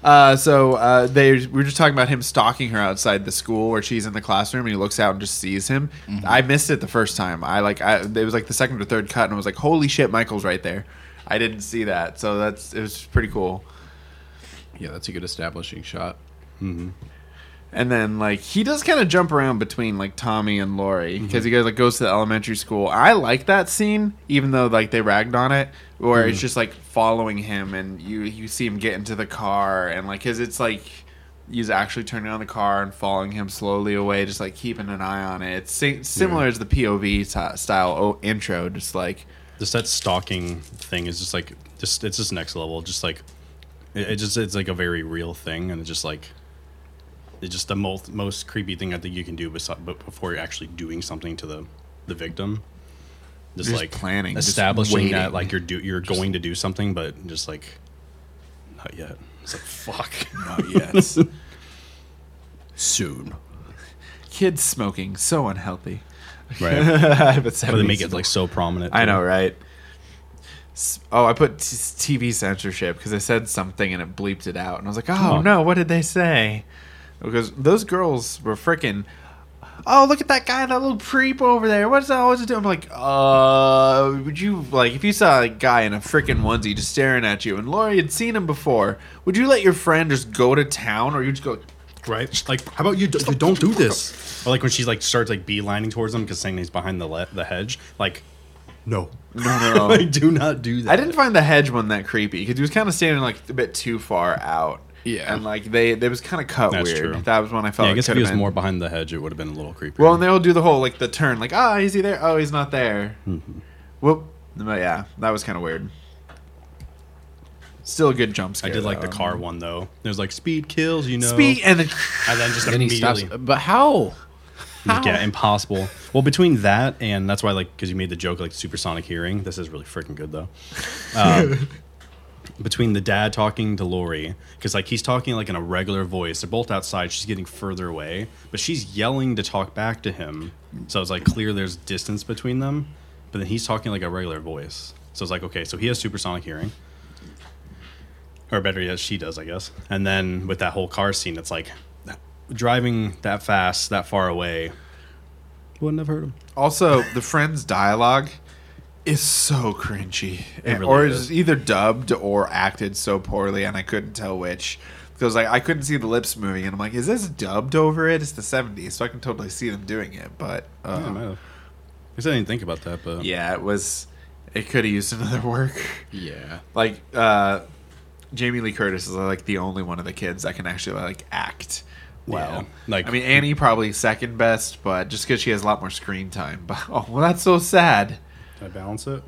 Uh, so uh, they we were just talking about him stalking her outside the school where she's in the classroom, and he looks out and just sees him. Mm-hmm. I missed it the first time. I like I, it was like the second or third cut, and I was like, "Holy shit, Michael's right there!" I didn't see that, so that's it was pretty cool. Yeah, that's a good establishing shot. And then like he does kind of jump around between like Tommy and Lori Mm-hmm. because he goes like goes to the elementary school. I like that scene, even though like they ragged on it, where Mm-hmm. it's just like following him and you you see him get into the car and like because it's like he's actually turning on the car and following him slowly away, just like keeping an eye on it. It's si- similar as the POV ti- style o- intro, just like Just that stalking thing is just like just it's just next level. Just like it, it just it's like a very real thing, and it's just like it's just the most most creepy thing I think you can do, besi- but before you're actually doing something to the the victim, just, Just like planning, just establishing waiting. that like you're do you're going to do something, but just like not yet. It's <laughs> like fuck. <laughs> yes, Soon. kids smoking so unhealthy. <laughs> <laughs> right. but But they make it like so prominent. I too. know, right? S- Oh, I put t- TV censorship because I said something and it bleeped it out, and I was like, "Oh on. no, what did they say?" Because those girls were freaking. Oh, look at that guy, that little creep over there. What's that? What's it doing? I'm like, uh, would you like if you saw a guy in a freaking onesie just staring at you, and Lori had seen him before? Would you let your friend just go to town, or you just go? Right? Like, how about you? d- you don't do this. Or like when she like starts like beelining towards him because saying he's behind the le- the hedge. Like, no, <laughs> No, no, like do not do that. I didn't find the hedge one that creepy because he was kind of standing like a bit too far out. Yeah. and like they, they was kind of cut That's weird. true. That was when I felt. Yeah, I it guess if could've he was been- more behind the hedge, it would have been a little creepier. Well, and they'll do the whole like the turn, like ah, is he there? Oh, he's not there. Mm-hmm. Whoop. But yeah, that was kind of weird. Still a good jump I scare. did like the though. car one though. There's like speed kills, you know. Speed and then And then just Then he immediately, stops. But how? like, yeah, impossible. Well, between that and that's why, like, because you made the joke, like, supersonic hearing. This is really freaking good though. Um, between the dad talking to Lori, because like he's talking like in a regular voice. They're both outside. She's getting further away, but she's yelling to talk back to him. So it's like clear there's distance between them, but then he's talking like a regular voice. So it's like okay, so he has supersonic hearing. Or better yet, she does, I guess. And then with that whole car scene, it's like driving that fast, that far away. Wouldn't have heard him. Also, the friends' dialogue is so cringy, It really or is is. either dubbed or acted so poorly, and I couldn't tell which. Because like I couldn't see the lips moving, and I'm like, is this dubbed over it? It's the '70s, so I can totally see them doing it. But Yeah, I uh, might have. I guess I didn't think about that, but yeah, it was. It could have used another work. <laughs> Yeah. Like uh, Jamie Lee Curtis is like the only one of the kids that can actually like act. Well, Yeah, like- I mean, Annie probably second best, but just because she has a lot more screen time. <laughs> But oh, well, that's so sad. Did I balance it?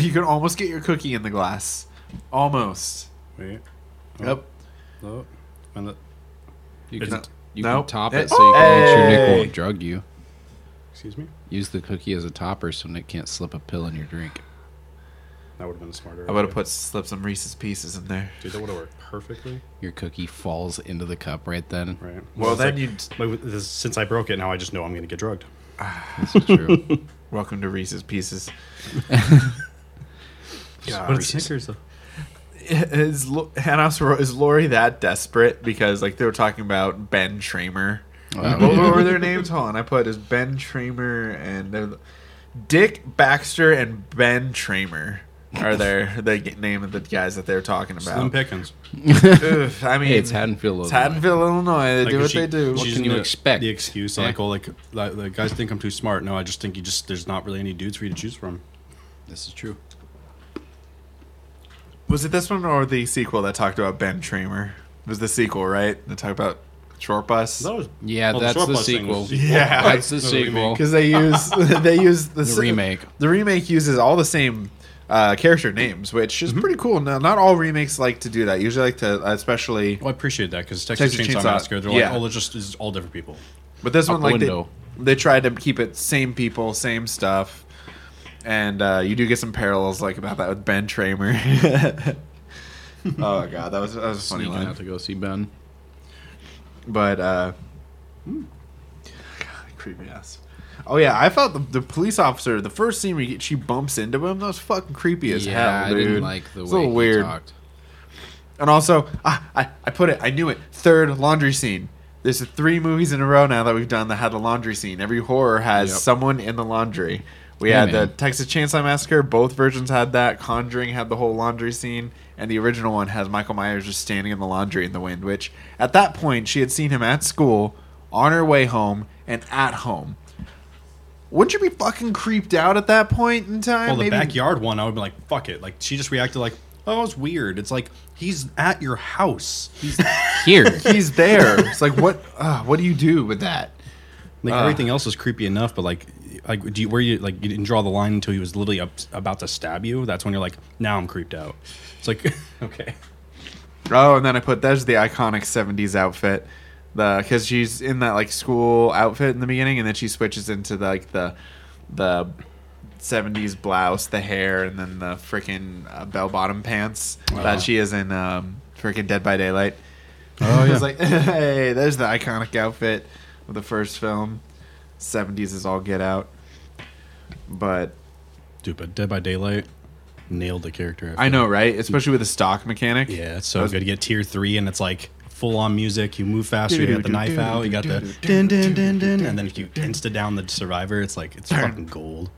<laughs> you can almost get your cookie in the glass. Almost. Wait. Yep. Oh, and the- You It's can, not- you Nope. can top It- it so you can make sure Hey! Nick won't drug you. excuse me. Use the cookie as a topper so Nick can't slip a pill in your drink. That would have been smarter. I would have put slip some Reese's pieces in there. Dude, that would have worked perfectly. Your cookie falls into the cup right then. Right. Well, It's then like- you'd like, with this- since I broke it, now I just know I'm going to get drugged. This is true. welcome to Reese's <laughs> Pieces. Yeah, but it's Snickers. Though. Is Lo- and I also wrote, is Lori that desperate because like they were talking about Ben Tramer? Wow. what, what were <laughs> their names? Hold on, I put is uh, Ben Tramer and they're- Dick Baxter and Ben Tramer. are their the g- name of the guys that they're talking Slim about. Pickens. Ugh, I mean, Hey, it's Haddonfield. it's Illinois. Haddonfield, Illinois. They Like, do what she- they do. she's What can using you the- expect? The excuse, Yeah. like, oh, like the, the guys think I'm too smart. No, I just think you just there's not really any dudes for you to choose from. This is true. Was it this one or the sequel that talked about Ben Tramer? It was the sequel, right? That talked about short bus. Yeah, that's short the bus thing was sequel. a sequel. Yeah. that's the The sequel. remake. because they <laughs> use <laughs> they use the, The s- remake. The remake uses all the same uh, character names, which Mm-hmm. is pretty cool. Now, not all remakes like to do that. Usually, like to especially, Well, I appreciate that because Texas, Texas Chainsaw, Chainsaw, Massacre, they're yeah. like, oh, they're just it's all different people. but this Out one the like they, window. they tried to keep it same people, same stuff, and uh, you do get some parallels like about that with Ben Tramer. <laughs> oh god, that was that was a funny Sneaking line. out to go see Ben. But uh God, creepy ass. Oh yeah, I felt the, the police officer. The first scene, we get, she bumps into him. That was fucking creepy as yeah, hell, dude. I didn't like the It's a way little he weird. talked. And also, ah, I I put it. I knew it. Third laundry scene. There's three movies in a row now that we've done that had a laundry scene. Every horror has Yep. someone in the laundry. We Yeah, had the man. Texas Chainsaw Massacre. Both versions had that. Conjuring had the whole laundry scene, and the original one has Michael Myers just standing in the laundry in the wind. Which at that point she had seen him at school, on her way home, and at home. Wouldn't you be fucking creeped out at that point in time? Well, the Maybe- backyard one, I would be like, fuck it. Like she just reacted like, oh, that was weird. It's like he's at your house. <laughs> Here, He's there. It's like what? Uh, what do you do with that? Like Uh. everything else is creepy enough, but like, like do you where you like you didn't draw the line until he was literally up, about to stab you? That's when you're like, now I'm creeped out. It's like, <laughs> okay, Oh, and then I put that's the iconic '70s outfit, the because she's in that like school outfit in the beginning, and then she switches into like the the '70s blouse, the hair, and then the freaking uh, bell bottom pants that she is in um, freaking Dead by Daylight. Oh yeah, <laughs> it's like hey, there's the iconic outfit of the first film. '70s is all get out, but dude. But Dead by Daylight nailed the character. I know, right? Especially with the stock mechanic. Yeah, it's so good. You get tier three, and it's like full on music. You move faster. You got the knife out. You got the din din din din, and then if you insta down the survivor, it's like <laughs> it's fucking gold.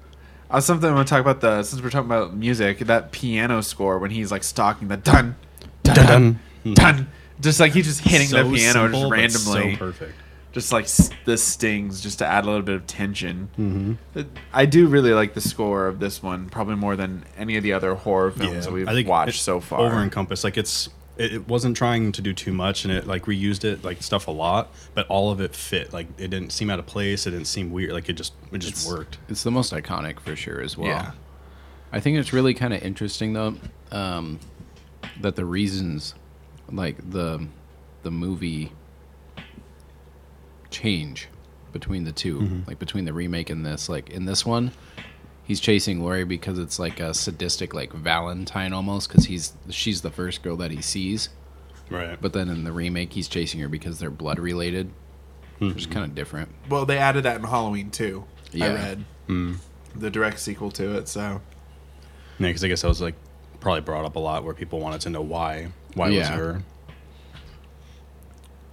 Uh, something I want to talk about the since we're talking about music, that piano score when he's like stalking the dun dun dun dun, just like he's just hitting So the piano simple, but just randomly, So perfect. just like s- the stings just to add a little bit of tension. Mm-hmm. I do really like the score of this one, probably more than any of the other horror films that we've watched it's so far. Over encompassed, like it's it, it wasn't trying to do too much, and it like reused it like stuff a lot, but all of it fit. Like it didn't seem out of place. It didn't seem weird. Like it just it just worked. it's the most iconic for sure as well. Yeah. I think it's really kind of interesting though um, that the reasons, like the the movie, change between the 2 like between the remake and this. Like in this one, he's chasing Lori because it's like a sadistic, like Valentine almost, because he's she's the first girl that he sees. Right. But But then in the remake, he's chasing her because they're blood related, which is Hmm. kind of different. well, they added that in Halloween too. I Yeah. read the direct sequel to it, yeah, so because I guess that was like probably brought up a lot where people wanted to know why why was Yeah. her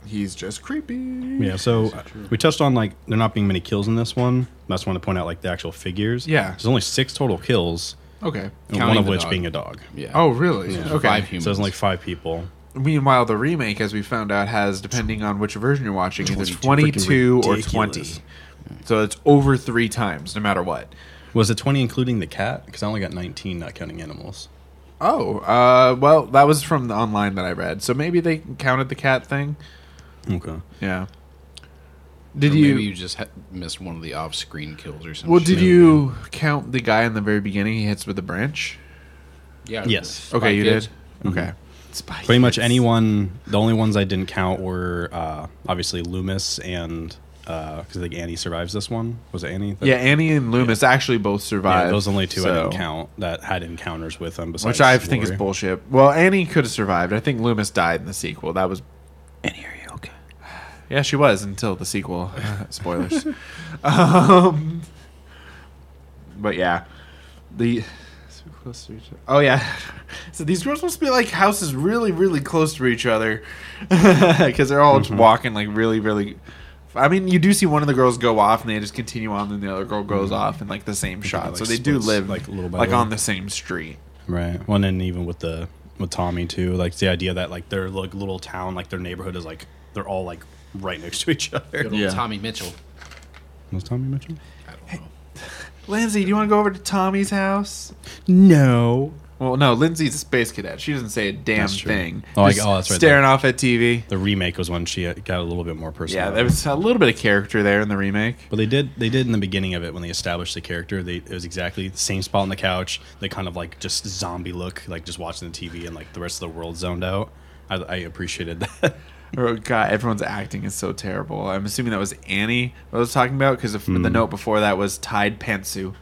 he's just creepy. Yeah, so uh, we touched on like there not being many kills in this one. That's want to point out like the actual figures. Yeah. there's only six total kills, Okay. and Counting one of the which dog. being a dog. Yeah. Oh, really? Okay. Five So humans. there's only five people. Meanwhile, the remake, as we found out, has depending on which version you're watching, either 22 22 or Freaking 20. ridiculous. So it's over three times, no matter what. Was it 20 including the cat? Because I only got 19, not counting animals. Oh, uh, well, that was from the online that I read. So maybe they counted the cat thing. Okay. Yeah. Or Did maybe you? you just ha- missed one of the off-screen kills or something? Well, did you count the guy in the very beginning? He hits with the branch. Mm-hmm. Yeah. Yes. Okay, Spy you Kids. did. Okay. Spy Pretty much Kids. anyone. The only ones I didn't count were uh, obviously Loomis and because I think Annie survives this one. Was it Annie? Yeah, Annie and Loomis actually both survived. Yeah, those only two I didn't so- count that had encounters with them. Besides Which I think is Lori. bullshit. Well, Annie could have survived. I think Loomis died in the sequel. That was Annie, are you okay? Yeah, she was until the sequel. <laughs> Spoilers. <laughs> um, but yeah, the so close to each other. Oh yeah, so these girls must be like houses really, really close to each other <laughs> because they're all just Mm-hmm. walking like really, really. I mean, you do see one of the girls go off, and they just continue on, and the other girl goes off in like the same shot. Mm-hmm. like, so they do splits, live like like, little by like little. on the same street. Right. Well, and then even with the with Tommy too, like the idea that like their like little town, like their neighborhood is like they're all like right next to each <laughs> other. Good old Yeah. Tommy Mitchell. Was Tommy mentioned? I don't know. Lindsay, do you want to go over to Tommy's house? No. Well, no, Lindsay's a space cadet. She doesn't say a damn That's true. thing. Oh, I- Just oh, that's right, Staring off at TV. The remake was when she uh, got a little bit more personal. Yeah, there was a little bit of character there in the remake. But they did they did in the beginning of it when they established the character. They it was exactly the same spot on the couch. They kind of like just zombie look, like just watching the TV and like the rest of the world zoned out. I, I appreciated that. Oh, God, everyone's acting is so terrible. I'm assuming that was Annie I was talking about because Hmm. the note before that was Tide Pantsu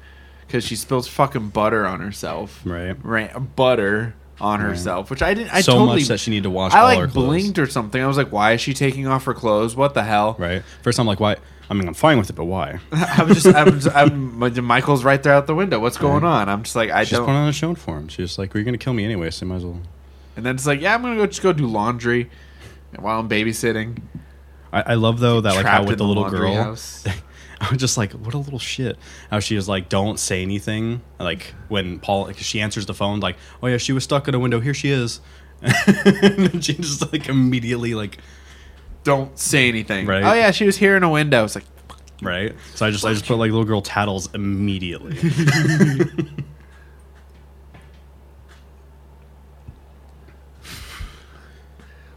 because she spills fucking butter on herself. Right. Ra- butter on herself, which I didn't. <laughs> I so totally, much that she needed to wash I all like her clothes. blinked or something. I was like, why is she taking off her clothes? What the hell? Right. First I'm like, why I mean I'm fine with it, but why? <laughs> I'm just, I'm, just- I'm, <laughs> my- Michael's right there out the window. What's going on? I'm just like, I She's just don't. putting on a show for him. She's just like, Well you're gonna kill me anyway, so you might as well And then it's like, yeah, I'm gonna go just go do laundry while I'm babysitting. I, I love though that like how Trapped with in the, the little laundry girl, house. <laughs> I was just like, what a little shit. How she is like, don't say anything. Like when Paul, cause she answers the phone, like, oh yeah, she was stuck in a window. Here she is. <laughs> and then she just like immediately like Don't say <laughs> anything. Right. Oh yeah, she was here in a window. It's like, right. So I just I just put like little girl tattles immediately.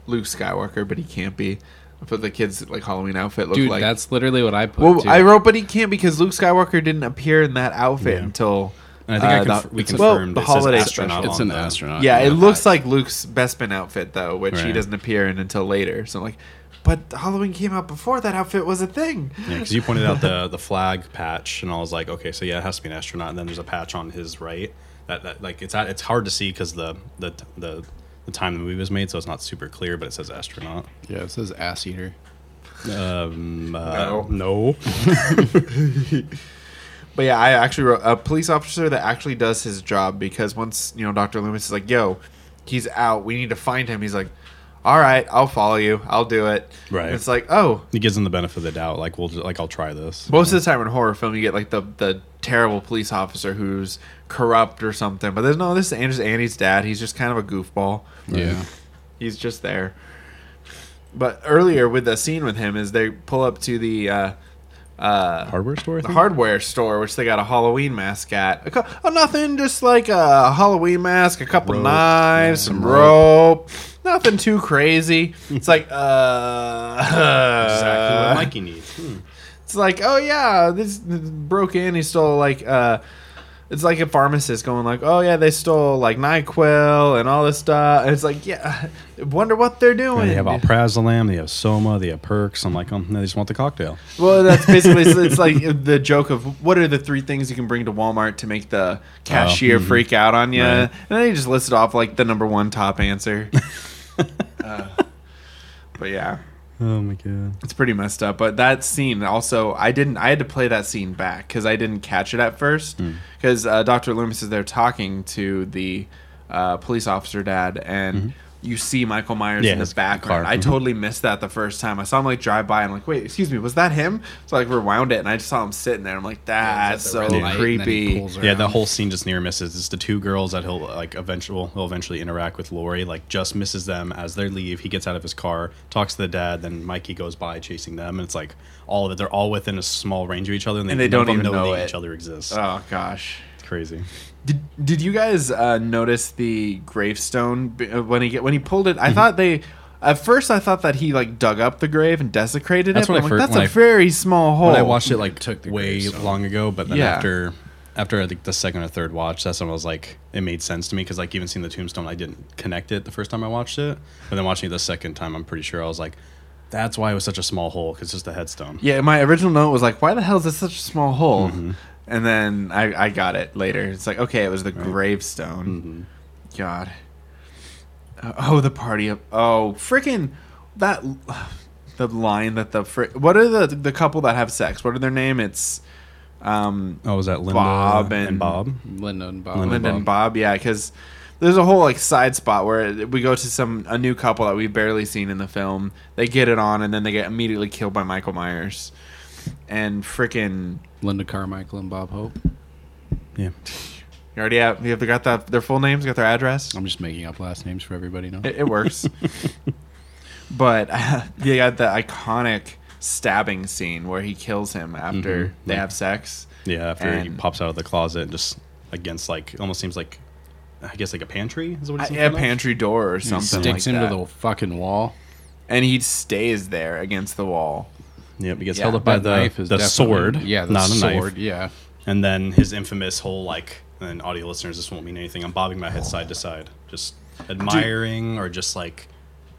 Luke Skywalker, but he can't be. That's what the kids like Halloween outfit look Dude, like. that's literally what I put. well, too. I wrote, but he can't because Luke Skywalker didn't appear in that outfit Yeah. until. And I think I uh, conf- the- we it's a- confirmed well, it the says holiday astronaut special. on it's an the- astronaut. Yeah, it I- looks like Luke's Bespin outfit though, which he Right. doesn't appear in until later. So I'm like, but Halloween came out before that outfit was a thing. Yeah, because you pointed out the the flag patch, and I was like, okay, so yeah, it has to be an astronaut. And then there's a patch on his right that, that like it's at- it's hard to see because the the the the time the movie was made, so it's not super clear, but it says astronaut. Yeah, it says ass eater. Um, No. no. no. But yeah, I actually wrote a police officer that actually does his job because once you know Doctor Loomis is like, "Yo, he's out. We need to find him." He's like, "All right, I'll follow you. I'll do it." Right. It's like, oh, He gives them the benefit of the doubt. Like we'll ju- like I'll try this. most of the time in horror film, you get like the the terrible police officer who's corrupt or something. But there's no. This is Andrew's Andy's dad. He's just kind of a goofball. Yeah. He's just there. But earlier with the scene with him is they pull up to the. Uh, uh, Hardware store. I the think? hardware store, which they got a Halloween mask at. A cou- oh, nothing, just like a Halloween mask, a couple Rope. knives, some rope. Nothing too crazy. It's like, uh, <laughs> exactly what Mikey needs. Hmm. it's like, oh yeah, this, this broke in. He stole like, uh, it's like a pharmacist going like, oh yeah, they stole like Nyquil and all this stuff. And it's like, yeah, <laughs> wonder what they're doing. And they have alprazolam. They have soma. They have perks. I'm like, um, no, they just want the cocktail. Well, that's basically it's, it's like the joke of what are the three things you can bring to Walmart to make the cashier mhm. freak out on you, Right. and then he just listed off like the number one top answer. Uh, but yeah, Oh my god. it's pretty messed up. But that scene also, I didn't. I had to play that scene back because I didn't catch it at first Hmm. because uh, Doctor Loomis is there talking to the uh, police officer dad and. You see Michael Myers Mm-hmm. Yeah, in the his car. background. I Mhm. totally missed that the first time. I saw him like drive by. I'm like, wait, excuse me, was that him? So I like rewound it and I just saw him sitting there. I'm like, that's It's so at the red light, and then he creepy. pulls her Yeah, that out. whole scene just near misses. It's the two girls that he'll like eventually he'll eventually interact with Lori. Like just misses them as they leave. He gets out of his car, talks to the dad, then Mikey goes by chasing them, and it's like all of it. They're all within a small range of each other, and they, And they none of don't them even know that it. each other exists. Oh gosh. it's crazy. Did, did you guys uh, notice the gravestone b- uh, when he get when he pulled Mm-hmm. it? I thought they at first I thought that he like dug up the grave and desecrated That's it. what but I I'm fir- like, that's when a I- very small hole. When I watched it like took the way gravestone. long ago, but then Yeah. after after I think the second or third watch, that's when I was like, it made sense to me because like even seeing the tombstone, I didn't connect it the first time I watched it, but then watching it the second time, I'm pretty sure I was like, that's why it was such a small hole because it's just a headstone. Yeah, my original note was like, why the hell is this such a small hole? Mm-hmm. And then I, I got it later. It's like, okay, it was the Mm-hmm. gravestone. God. Uh, oh, the party up. Oh, freaking that. The line that the fr- what are the the couple that have sex? What are their name? It's um, Oh, was that Linda Bob and, and- Bob? Linda and Bob. Linda Linda and Bob. Yeah, because there's a whole like side spot where we go to some a new couple that we've barely seen in the film. They get it on, and then they get immediately killed by Michael Myers. And freaking Linda Carmichael and Bob Hope. Yeah. You already have you have got that their full names, got their address. I'm just making up last names for everybody now. It, it <laughs> works. but <laughs> uh, they got the iconic stabbing scene where he kills him after Mhm. Mm-hmm. they Yeah. have sex. Yeah, after he And- pops out of the closet and just against like almost seems like I guess like a Uh, pantry is what it's At in a front of? pantry door or He something sticks like him that. to the fucking wall. and he stays there against the wall. Yep, he gets Yeah, held up by That the, knife is the definitely- sword. Yeah, the not a sword. knife. Yeah. And then his infamous whole like and audio listeners this won't mean anything. I'm bobbing my head side to side. Just admiring or just like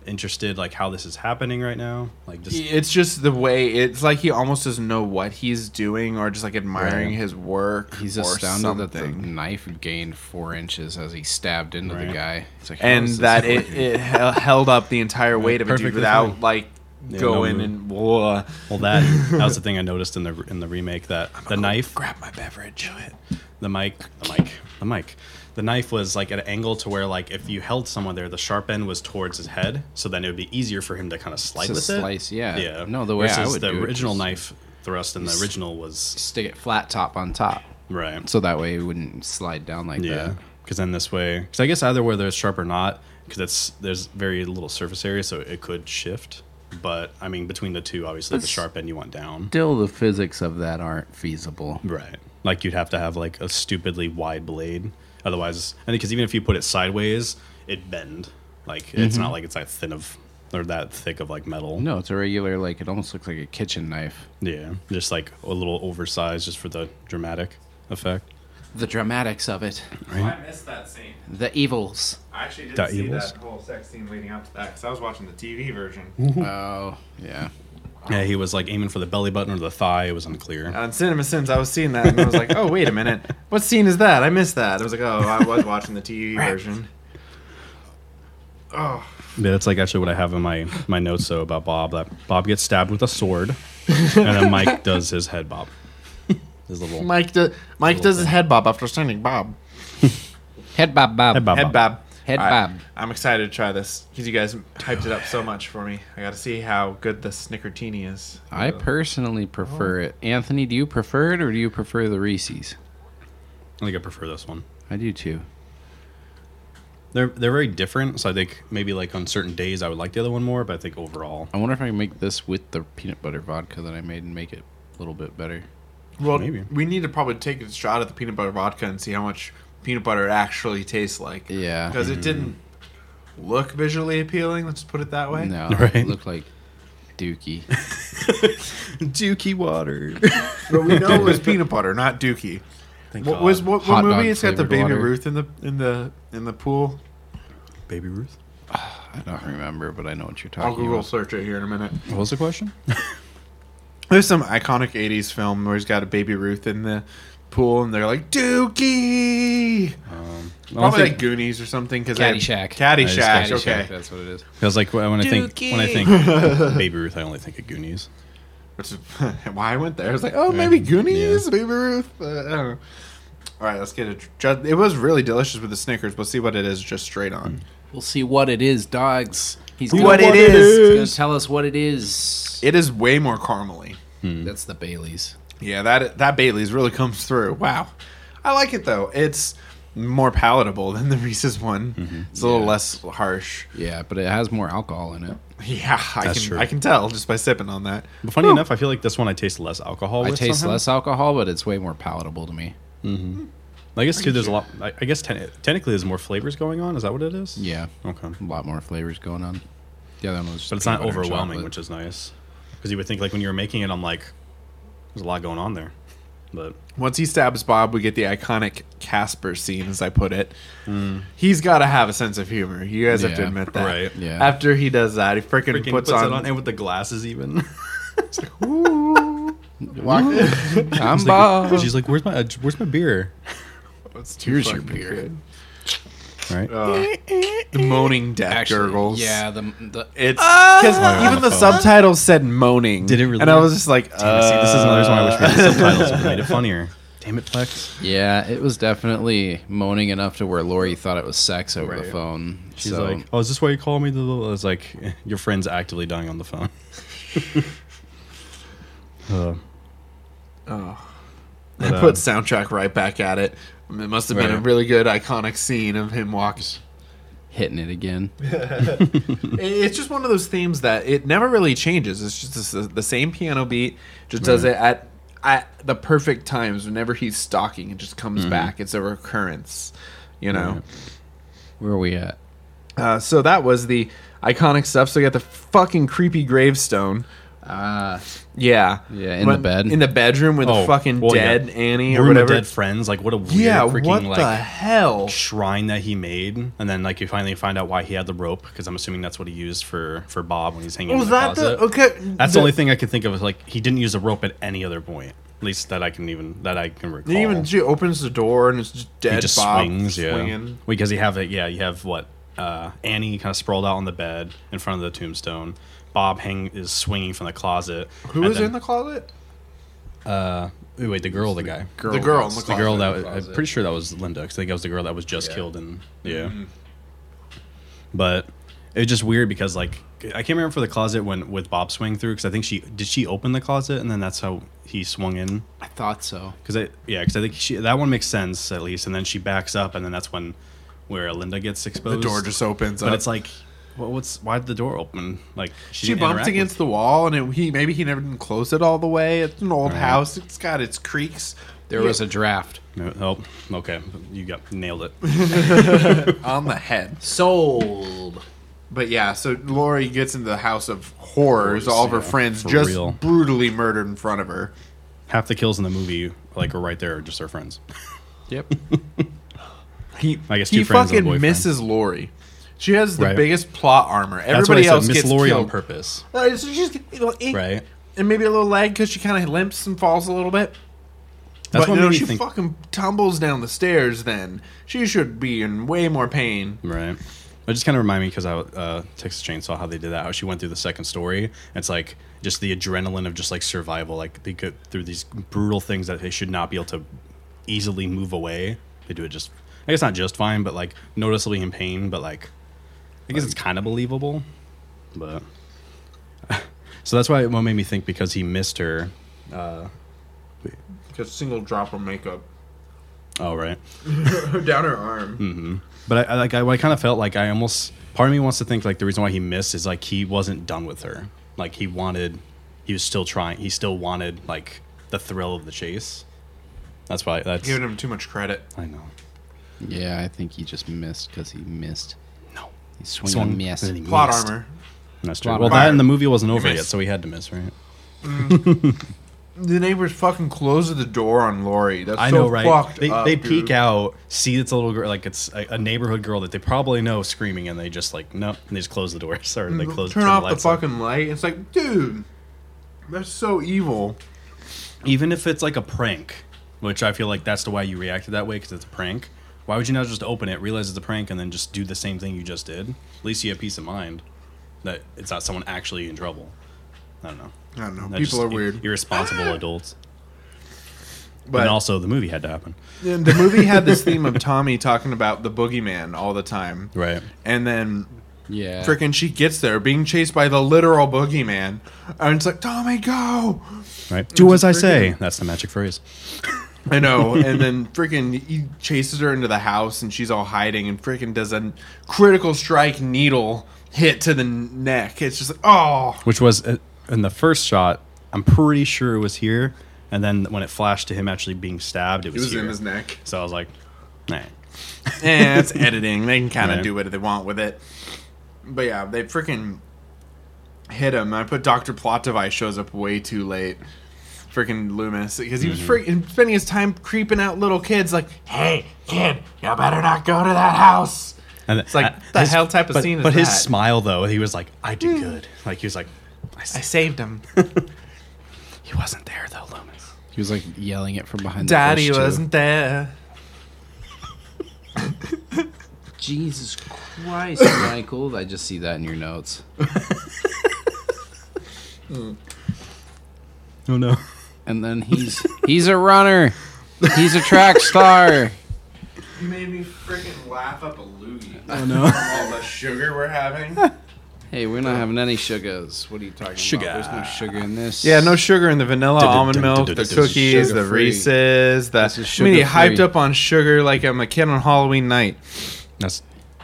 interested like how this is happening right now. Like just It's just the way it's like he almost doesn't know what he's doing or just like admiring Right. his work. He's or astounded that the something. knife gained four inches as he stabbed into the Right. guy. It's like, how and is this that it, working? it hel- held up the entire weight of it dude, perfectly without fine. like Yeah, going no and whoa, well <laughs> that that was the thing I noticed in the in the remake that the knife grab my beverage. the mic, the mic, the mic. The knife was like at an angle to where like if you held someone there, the sharp end was towards his head, so then it would be easier for him to kind of slide To with slice, it. yeah. yeah. No, the way I Versus would the do it original is- knife thrust in the original was Stick it flat top on top. right. So that way it wouldn't slide down like yeah, that. because then this way, because I guess either whether it's sharp or not, because it's there's very little surface area, so it could shift. But I mean, between the two, obviously the That's- sharp end you want down, Still, the physics of that aren't feasible. right? Like you'd have to have like a stupidly wide blade, otherwise, and because even if you put it sideways, it bend. Like it's not like it's that thin of or that thick of like metal. No, it's a regular, like, it almost looks like a kitchen knife. Yeah, just like a little oversized, just for the dramatic effect. The dramatics of it, I missed that scene. the evils. <laughs> I actually didn't Dot see evils. that whole sex scene leading up to that because I was watching the TV version. Oh, yeah. Yeah, he was like aiming for the belly button or the thigh. It was unclear. On Cinema Sins, I was seeing that and I was like, oh, wait a minute. What scene is that? I missed that. I was like, oh, I was watching the <laughs> TV version. Oh, Yeah, that's like actually what I have in my my notes though about Bob. That Bob gets stabbed with a sword, and then Mike does his head bob. His little Mike, do- Mike does his head bob after standing bob. Head bob bob. head bob. Head bob. Head All bob. I'm excited to try this because you guys hyped it up so much for me. I got to see how good the Snickertini is. I personally prefer it. Anthony, do you prefer it or do you prefer the Reese's? I think I prefer this one. I do too. They're they're very different. So I think maybe like on certain days I would like the other one more, but I think overall I wonder if I can make this with the peanut butter vodka that I made and make it a little bit better. Well, Maybe. we need to probably take a shot at the peanut butter vodka and see how much peanut butter it actually tastes like. Yeah. Because it didn't look visually appealing, let's put it that way. No, Right. it looked like Dookie. <laughs> Dookie water. But we know it <laughs> was peanut butter, not Dookie. What was what, what Hot dog movie? It's got the flavored baby water. Ruth in the in the in the pool. <laughs> Baby Ruth? I don't remember, but I know what you're I'll talking Google about. search it here in a minute. What was the question? There's some iconic '80s film where he's got a baby Ruth in the pool, and they're like Dookie, Um, I, probably think, like Goonies or something. Because Caddyshack. I Caddyshack. just- Okay, That's what it is. I was like when I think when I Dookie. think Baby Ruth, I only think of Goonies. which is <laughs> why I went there. I was like, oh, maybe Goonies, Yeah. Baby Ruth. Uh, I don't know. All right, let's get it. ju- It was really delicious with the Snickers. We'll see what it is just straight Mm. on. We'll see what it is, dogs. He's gonna- What it is. He's going to tell us what it is. It is way more caramely. That's the Bailey's. Yeah, that that Bailey's really comes through. Wow, I like it though. It's more palatable than the Reese's one. Mm-hmm. It's a little Yeah. less harsh. Yeah, but it has more alcohol in it. <laughs> Yeah, I That's can true. I can tell just by sipping on that. But funny enough, I feel like this one I taste less alcohol. I with taste Oh, somehow. less alcohol, but it's way more palatable to me. I guess too. There's a lot. I, I guess ten, technically there's more flavors going on. Is that what it is? Yeah, Okay. a lot more flavors going on. The other one was, But it's not overwhelming, which is nice. Because you would think, like, when you were making it, I'm like, there's a lot going on there. But Once he stabs Bob, we get the iconic Casper scene, as I put it. He's got to have a sense of humor. You guys have to Yeah, admit that. Mm. right. Yeah. After he does that, he freaking, freaking puts, on. and with the glasses, even. <laughs> Ooh. I'm <laughs> She's Bob. like, <laughs> she's like, "Where's my uh, where's my beer?" That's too Here's your fucking beer. <laughs> good. Right? Uh, the moaning death gurgles. Yeah, the, the It's because Oh, even the oh. subtitles said moaning. Did it really? And I was just like, Damn it, see, this is another reason why I wish we uh, had subtitles and made it funnier. <laughs> Damn it, Plex. yeah, it was definitely moaning enough to where Lori thought it was sex over the Right. phone. She's so, like, "Oh, is this why you call me?" The little? I was like, <laughs> "Your friend's actively dying on the <laughs> phone." uh, uh, I put soundtrack uh, right back at it. I mean, it must have been a Right. really good iconic scene of him walking. hitting it again. It- It's just one of those themes that it never really changes. It's just this, the same piano beat, just does it at at the perfect times. Whenever he's stalking, it just comes Mm-hmm. back. It's a recurrence, you know. Where are we at? Uh, so that was the iconic stuff. So you got the fucking creepy gravestone. Ah, Yeah, Yeah, in the bed. in the bedroom with Oh, the fucking well, yeah. dead Annie or Room of whatever. Dead Friends. Like, what a weird yeah, freaking what like the hell? shrine that he made, and then like you finally find out why he had the rope because I'm assuming that's what he used for for Bob when he's hanging. Was in the Oh, that closet. the uh, okay? That's the only thing I can think of. Is like he didn't use a rope at any other point, at least that I can even that I can recall. He even she opens the door and it's just dead. Oh. he just Bob swings, yeah, swinging. because you have it. Yeah, you have what uh, Annie kind of sprawled out on the bed in front of the tombstone. Bob hang is swinging from the closet. Who and was then- in the closet? Uh, ooh, wait, the girl, or the guy, The girl in the the closet. girl in that the I'm closet. pretty sure that was Linda. 'cause I think that was the girl that was just Yeah. killed and yeah. Mm-hmm. But it was just weird because like I can't remember for the closet when with Bob swing through because I think she did she open the closet and then that's how he swung in I thought so. because I yeah because I think she that one makes sense at least and then she backs up and then that's when where Linda gets The exposed. door just opens but up. it's like. Well, what's why did the door open? Like she didn't bumped interact with- against the wall, and it, he maybe he never didn't close it all the way. It's an old Right. house. It's got its creaks. There Yeah. was a draft. No, oh, okay. You got nailed it. on the head. Sold. But yeah, so Lori gets into the house of horrors. Horrors, all of her yeah, friends for just real. brutally murdered in front of her. half the kills in the movie like are right there are just her friends. Yep. He, I guess he two friends and a fucking boyfriend. misses Lori. She has the Right. biggest plot armor. That's what I Everybody said, else Miss gets Laurie killed. on purpose, Uh, so she's, you know, eh, right? and maybe a little lag because she kind of limps and falls a little bit. That's but what no, made me she think. fucking tumbles down the stairs. Then she should be in way more pain. Right. It just kind of reminded me because I uh, Texas Chainsaw how they did that how she went through the second story. And it's like just the adrenaline of just like survival. Like they go through these brutal things that they should not be able to easily move away. They do it just I guess not just fine, but like noticeably in pain. But like I guess it's kind of believable. But <laughs> so that's why it what made me think because he missed her. Just single drop of makeup <laughs> Oh right. down her arm. Hmm. But I, I like I, I kind of felt like I almost part of me wants to think like the reason why he missed is like he wasn't done with her. Like he wanted, he was still trying. He still wanted like the thrill of the chase. That's why that's Giving him too much credit. I know. Yeah, I think he just missed because he missed. No. He swung, Swung, and missed. and then he Plot missed. armor. That's true. Plot Well, armor. that and the movie wasn't over yet, missed. so he had to miss, right? The neighbors fucking close the door on Lori. That's I so know, right? fucked They, up, they dude. peek out, see it's a little girl, like it's a, a neighborhood girl that they probably know screaming, and they just like nope, and they just close the door. <laughs> Sorry, they close. Mm-hmm. Turn off the lights off. fucking light. It's like, dude, that's so evil. even if it's like a prank, which I feel like that's the why you reacted that way because it's a prank. Why would you not just open it, realize it's a prank, and then just do the same thing you just did? At least you have peace of mind that it's not someone actually in trouble. I don't know. I don't know. That's People just are i- weird. Ah! irresponsible adults. But and also, the movie had to happen. and the movie had this theme of Tommy talking about the boogeyman all the time. Right. And then yeah. freaking she gets there being chased by the literal boogeyman. And it's like, Tommy, go. Right. Do as I freaking- say. That's the magic phrase. I <laughs> know. and then freaking he chases her into the house and she's all hiding and freaking does a critical strike needle hit to the neck. It's just like, oh. Which was uh, in the first shot, I'm pretty sure it was here. And then when it flashed to him actually being stabbed, it It was, was here. in his neck. So I was like, nah. eh, <laughs> it's editing. They can kind of Right. do what they want with it. But yeah, they freaking hit him. I put Doctor Plot Device shows up way too late. Freaking Loomis, because he was freaking spending his time creeping out little kids. Like, hey, kid, you better not go to that house. And It's like, the hell type of but, scene is But his that? Hmm. smile though, he was like, "I did good." Like he was like, I s- I saved him. "He wasn't there though, Loomis." He was like yelling it from <laughs> behind. Daddy the bush, too. wasn't there. Jesus <laughs> Christ, Michael! I just see that in your notes. <laughs> Oh no! And then he's he's a runner. He's a track star. You made me freaking laugh up a loogie. <laughs> <laughs> Oh no! All the sugar we're having. Hey, we're not having any sugars. What are you talking Sugar. about? There's no sugar in this. Yeah, no sugar in the vanilla Dun, dun, almond dun, milk, dun, the dun, dun, dun. cookies, the Sugar-free. Reese's. That This is I'm gonna get hyped sugar-free. up on sugar like I'm a kid on Halloween night. That's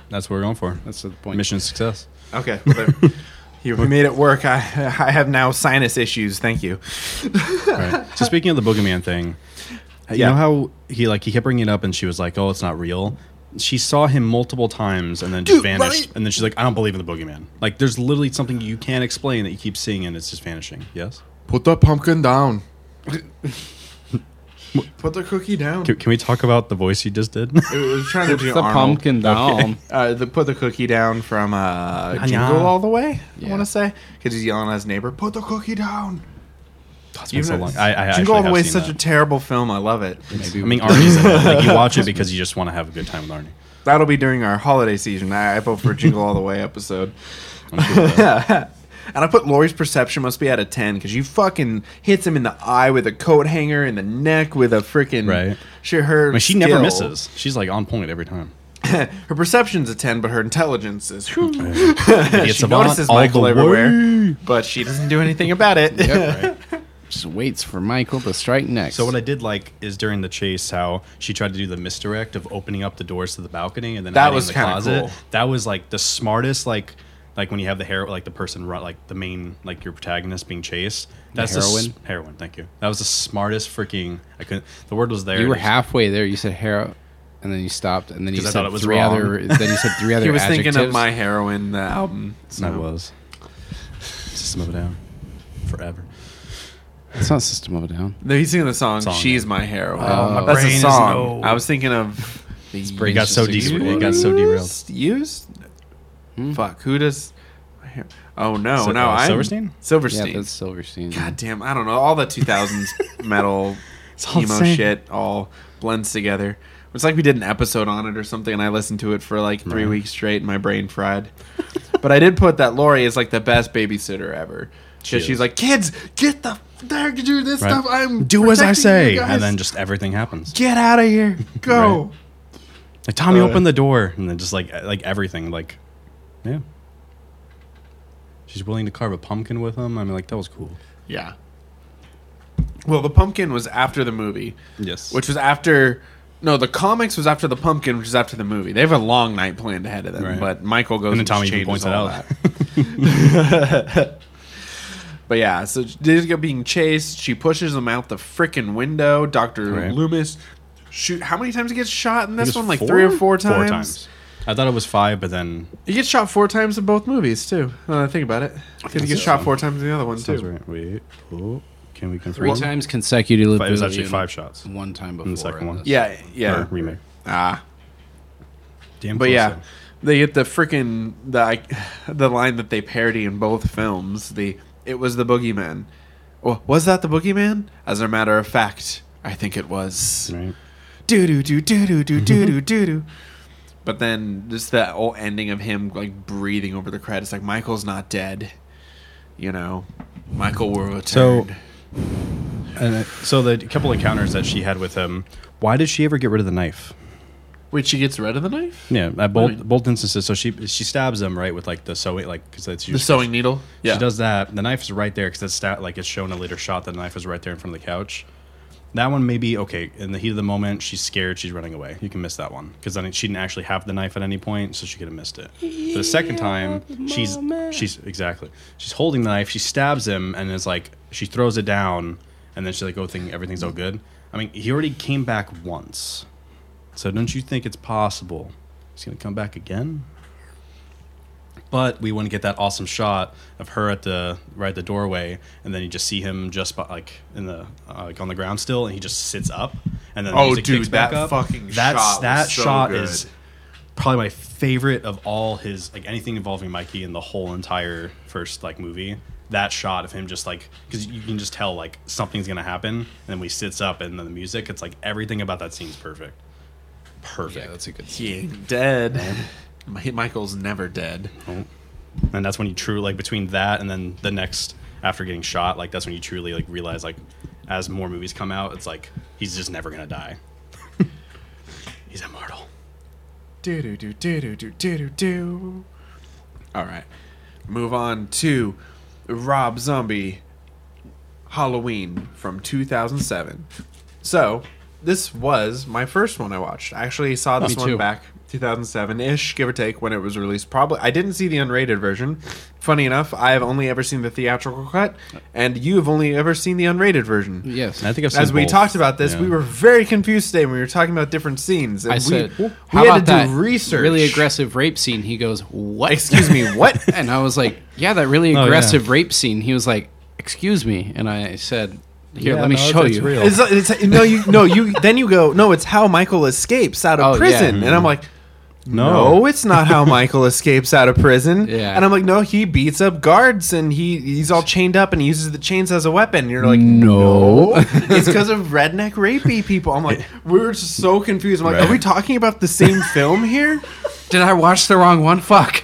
that's what we're going for. That's the point. Mission success. <laughs> Okay, well, there. you we made it work. I I have now sinus issues. Thank you. <laughs> Right. so speaking of the boogeyman thing, you Yeah. know how he like he kept bringing it up, and she was like, "Oh, it's not real." She saw him multiple times and then just Dude, vanished. right? And then she's like, "I don't believe in the boogeyman." Like, there's literally something you can't explain that you keep seeing and it's just vanishing. Yes. Put the pumpkin down. <laughs> Put the cookie down. Can, can we talk about the voice you just did? <laughs> It was trying to Put do the Arnold. pumpkin down. <laughs> Uh, the put the cookie down from uh, Yeah. Jingle All the Way. I Yeah. want to say because he's yelling at his neighbor, "Put the cookie down." It's been Even so though- long. I, I actually Jingle All the have Way is seen such a that. terrible film. I love it. Maybe I mean, we- <laughs> Arnie's in it. Like, you watch it because you just want to have a good time with Arnie. That'll be during our holiday season. I, I <laughs> vote for Jingle All the Way episode. I'm cool with that. <laughs> and I put Lori's perception must be out of 10 because you fucking hits him in the eye with a coat hanger, in the neck with a freaking. Right. She, I her mean, she never skill- misses. She's like on point every time. <laughs> her perception's a 10, but her intelligence is. <laughs> Idiot she savant notices all Michael the everywhere, way. but she doesn't do anything about it. <laughs> Yep, right. Just waits for Michael to strike next. So what I did like is during the chase how she tried to do the misdirect of opening up the doors to the balcony and then That hiding in was the kinda closet. cool. That was like the smartest like like when you have the hero like the person ru- like the main like your protagonist being chased. That's the heroine? s- heroine. Thank you. That was the smartest freaking. I couldn't. The word was there. you were It was- halfway there. You said Hera, and then you stopped, and then you 'Cause I said thought it was three wrong. other. Then you said <laughs> three other. He was adjectives. thinking of my heroin the album. I was. System of a Down. Forever. It's not System of a Down. No, he's singing the song, Song. She's My Heroine. Oh, my That's brain a is song. no- I was thinking of. His It got brain's so just de- it exploding. got so derailed. Hmm. Used? Used? Fuck. Who does? Oh no, So- no. uh, I'm Silverstein? Silverstein. Yeah, that's Silverstein. God damn. I don't know. All <laughs> the 2000s metal all emo the same. shit all blends together. It's like we did an episode on it or something, and I listened to it for like three Right. weeks straight, and my brain <laughs> fried. but I did put that Lori is like the best babysitter ever. She Because is. she's like, kids, get the there, do this Right. stuff. I'm Do as I protecting say, you guys." and then just everything happens. get out <laughs> of here, go. Right. Like Tommy, Uh, open the door, and then just like uh, like everything, like yeah. She's willing to carve a pumpkin with him. I mean, like that was cool. Yeah. Well, the pumpkin was after the movie, Yes, which was after. No, the comics was after the pumpkin, which is after the movie. They have a long night planned ahead of them, Right. but Michael goes and and, then Tommy Tommy even points changes it <laughs> all out. that. But yeah, so they go being chased. She pushes him out the frickin' window. Doctor Right. Loomis, shoot, how many times he gets shot in It this was one? Like three or four times. Four times. I thought it was five, but then He gets shot four times in both movies too. Now that I think about it, because he think gets so. shot four times in the other one sounds too. right. Wait, oh, can we confirm? Three times consecutively. Five- it was actually and five shots One time before. the second in one. this. Yeah, yeah. Or remake. Ah, Damn, But close yeah, though. they get the freaking the <sighs> the line that they parody in both films. The it was the boogeyman. Well, was that the boogeyman? As a matter of fact, I think it was. Right. Do do do do do do do <laughs> do do do. But then just that whole ending of him like breathing over the credits, like Michael's not dead. You know, Michael will return. So- And it- so the couple encounters that she had with him. Why did she ever get rid of the knife? wait, she gets rid of the knife, Yeah, at both Right. both instances. So she she stabs him right with like the sewing like because that's the sewing needle. Yeah, She does that. The knife is right there because it's stat like it's shown in a later shot. The knife is right there in front of the couch. That one maybe okay in the heat of the moment. She's scared. She's running away. You can miss that one because then she didn't actually have the knife at any point, so she could have missed it. But the second time, she's she's exactly she's holding the knife. She stabs him and is like she throws it down and then she's like, oh, thinking everything's all good. I mean, he already came back once, so don't you think it's possible he's gonna come back again? But we want to get that awesome shot of her at the right at the doorway, and then you just see him just by, like in the uh, like on the ground still, and he just sits up, and then the Oh, music dude, picks back that up. fucking That's, shot was that so shot good. is probably my favorite of all his like anything involving Mikey in the whole entire first like movie. That shot of him just like because you can just tell like something's gonna happen, and then he sits up, and then the music. It's like everything about that scene's perfect, Yeah, perfect, that's a good. he ain't dead. Mi- <laughs> Michael's never dead. and that's when you truly like between that and then the next after getting shot, like that's when you truly like realize like as more movies come out, it's like he's just never gonna die. <laughs> he's immortal. Do do do do do do do do. All right. move on to Rob Zombie Halloween from 2007. So, this was my first one I watched. I actually saw this Me one too. back 2007 ish, give or take, when it was released. Probably, I didn't see the unrated version. Funny enough, I have only ever seen the theatrical cut, and you have only ever seen the unrated version. Yes. I think I've seen As we both. talked about this, Yeah. we were very confused today when we were talking about different scenes. And I we, said, we how had about to do that research. really aggressive <laughs> rape scene? He goes, what? Excuse me, what? and I was like, yeah, that really Oh, yeah. aggressive rape scene. He was like, excuse me. And I said, here, Yeah, let me no, it's- show it's you. real. <laughs> It's, it's, no, you no you. Then you go. No, it's how Michael escapes out Oh, of yeah. prison, and I'm like, Oh. no, it's not how Michael escapes out of prison. <laughs> Yeah. and I'm like, no, he beats up guards, and he he's all chained up, and he uses the chains as a weapon. And you're like, No. it's because of redneck rapey people. I'm like, we were just so confused. I'm like, Right. are we talking about the same film here? <laughs> Did I watch the wrong one? Fuck.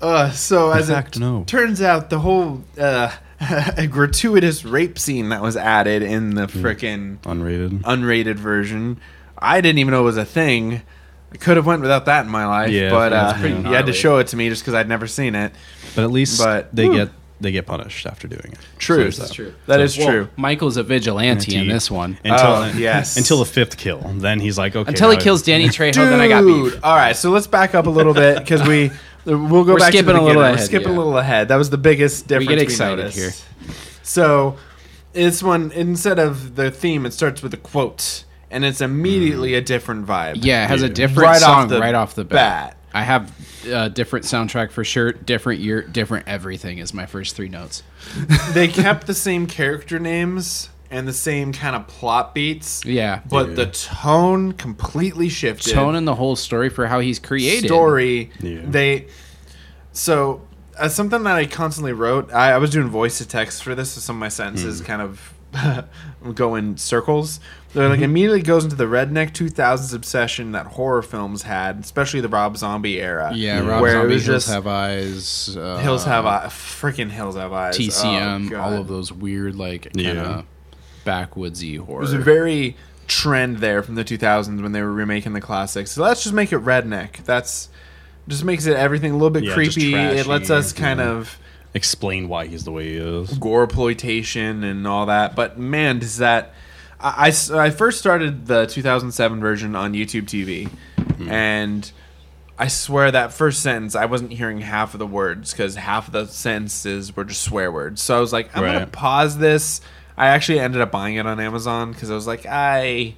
Uh, so as fact, it no. turns out, the whole uh, <laughs> gratuitous rape scene that was added in the frickin' Unrated. unrated version. I didn't even know it was a thing. I could have went without that in my life, Yeah, but that's uh, pretty you had to gnarly. show it to me just because I'd never seen it. But at least But- they Hmm. get they get punished after doing it. True. So there's That's that. true. That is true. Michael's a vigilante in Guaranteed. this one. Until Oh, yes. until the fifth kill, then he's like okay. Until he now I- <laughs> kills Danny Trejo, then I got beef. All right, so let's back up a little bit because we <laughs> we'll go We're back to skipping the a little beginning. We're ahead, skipping yeah. a little ahead. That was the biggest difference. get excited noticed. here. So this one, instead of the theme, it starts with a quote, and it's immediately a different vibe. Hmm. Yeah, it has a Yeah. different Right off song the right off the bat. bat. I have uh, different soundtrack for sure, different year, different everything is my first three notes. <laughs> they kept the same character names and the same kind of plot beats. Yeah. But Yeah. the tone completely shifted. Tone and the whole story for how he's created. story. Yeah. They so uh, something that I constantly wrote. I, I was doing voice to text for this, so some of my sentences kind of <laughs> go in circles. They're like immediately goes into the redneck two thousands obsession that horror films had, especially the Rob Zombie era. Yeah, Rob where Zombie, it was Hills just Have Eyes, uh, Hills Have Eyes, freaking Hills Have Eyes, Oh, TCM, God. all of those weird like kind Yeah. of backwoodsy horror. There's a very trend there from the 2000s when they were remaking the classics. So let's just make it redneck. That's just makes it everything a little bit Yeah, just creepy. It trashy, lets us kind yeah. of explain why he's the way he is. gore exploitation and all that. But man, does that. I, I s- I first started the 2007 version on YouTube TV, Hmm. and I swear that first sentence I wasn't hearing half of the words because half of the sentences were just swear words. So I was like, I'm gonna Right. pause this. I actually ended up buying it on Amazon because I was like, I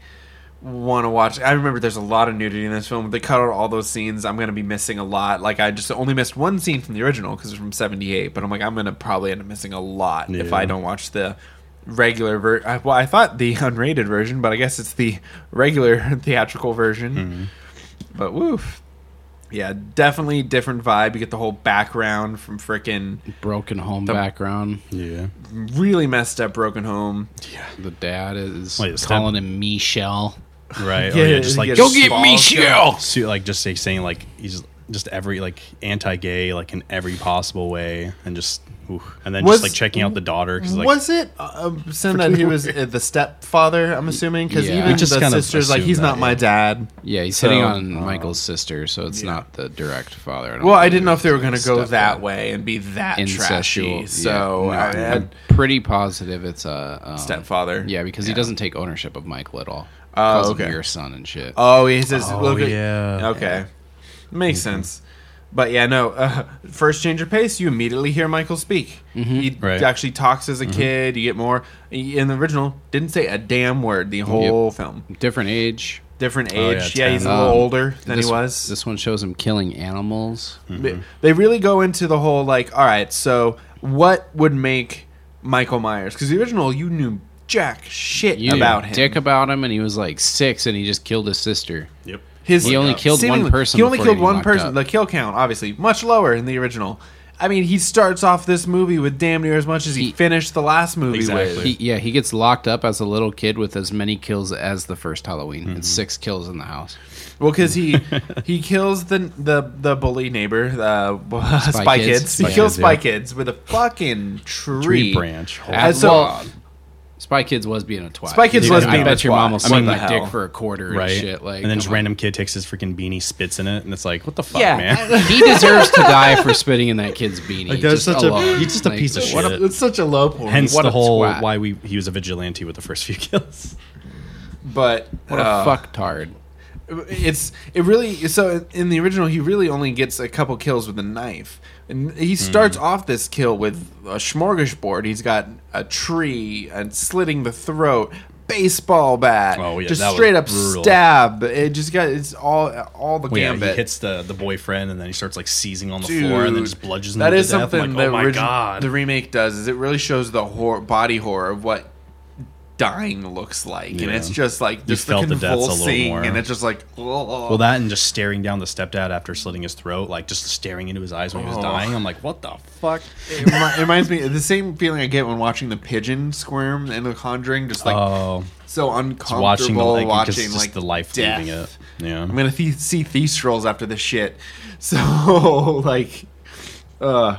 want to watch. I remember there's a lot of nudity in this film. They cut out all those scenes. I'm going to be missing a lot. Like I just only missed one scene from the original because it's from '78. But I'm like, I'm going to probably end up missing a lot if Yeah. I don't watch the regular version. Well, I thought the <laughs> unrated version, but I guess it's the regular <laughs> theatrical version. But woof. Yeah, definitely different vibe. You get the whole background from frickin' broken home background. Yeah. really messed up broken home. The dad is Wait, step- calling him Michelle. <laughs> Right. Yeah, or yeah, just he like gets Go get Small Michelle. su- like just like, saying like he's just every like anti-gay like in every possible way and just oof. and then Was- just like checking out the daughter because like was it uh, um, said that he was uh, the stepfather? I'm assuming because Yeah. even We just the kind of sister's like assume he's that, not my yeah. dad. Yeah, he's So- uh, hitting on Michael's sister, so it's not the direct father. don't Well, I believe didn't know if they were it's going to go stepdad. that way and be that Incestual. trashy. So yeah, no, I had I'm pretty positive it's a um, stepfather. Yeah, because he doesn't take ownership of Michael at all. Oh, Calls him okay. Your son and shit. Oh, he says. Oh, look at- yeah. Okay, makes Mm-hmm. sense. But yeah, no. Uh, first change of pace, you immediately hear Michael speak. Mm-hmm. He Right. actually talks as a kid. You get more. he- In the original, didn't say a damn word the whole film. Different age. Different Oh, yeah, age. yeah, he's a 10. little Um, older than this, he was. This one shows him killing animals. They- They really go into the whole like, all right, so what would make Michael Myers? Because the original, you knew jack shit You about him. Dick about him, and he was like six, and he just killed his sister. yep His He only killed one seemingly- person He only before killed getting one locked person. up. The kill count, obviously, much lower in the original. I mean, he starts off this movie with damn near as much as he, He- finished the last movie Exactly. with. He, yeah, he gets locked up as a little kid with as many kills as the first Halloween. Mm-hmm. It's six kills in the house. Well, <laughs> because he he kills the the the bully neighbor, uh, <laughs> Spy, Spy Kids. Kids. He Spy kills Kids, Spy yeah. Kids with a fucking tree, tree branch. And so, Spy Kids was being a twat. Spy Kids Dude, was being I a bet your twat. mom will I mean, suck the my dick hell. for a quarter right? and shit. Like, and then come just on. random kid takes his freaking beanie, spits in it, and it's like, what the fuck, yeah, man? <laughs> he deserves <laughs> to die for spitting in that kid's beanie. Like, that's just such a- alone. he's just a piece of What shit. a, it's such a low point. Hence what the a whole twat. why we he was a vigilante with the first few <laughs> kills. but What a uh, fucktard. It's it really so in the original he really only gets a couple kills with a knife, and Hmm. he starts off this kill with a smorgasbord. He's got a tree and slitting the throat, baseball bat, Oh, yeah, just that was straight up brutal. stab. It just got it's all all the Well, yeah, gambit. he hits the, the boyfriend, and then he starts like seizing on the Dude, floor, and then just bludgeons him That to is death. I'm something like, that oh my origi- god, the remake does is it really shows the hor- body horror of what dying looks like, and Yeah. it's just like just felt the the deaths a little convulsing, more. and it's just like oh. Well, that and just staring down the stepdad after slitting his throat, like just staring into his eyes when he was Oh. dying. I'm like, what the fuck? it, remi- it reminds me the same feeling I get when watching the pigeon squirm in The Conjuring, just like oh, so it's uncomfortable watching watching, the like, watching just like the life death. leaving it. Yeah, I'm gonna th- see thieves rolls after this shit. <laughs> So like, uh,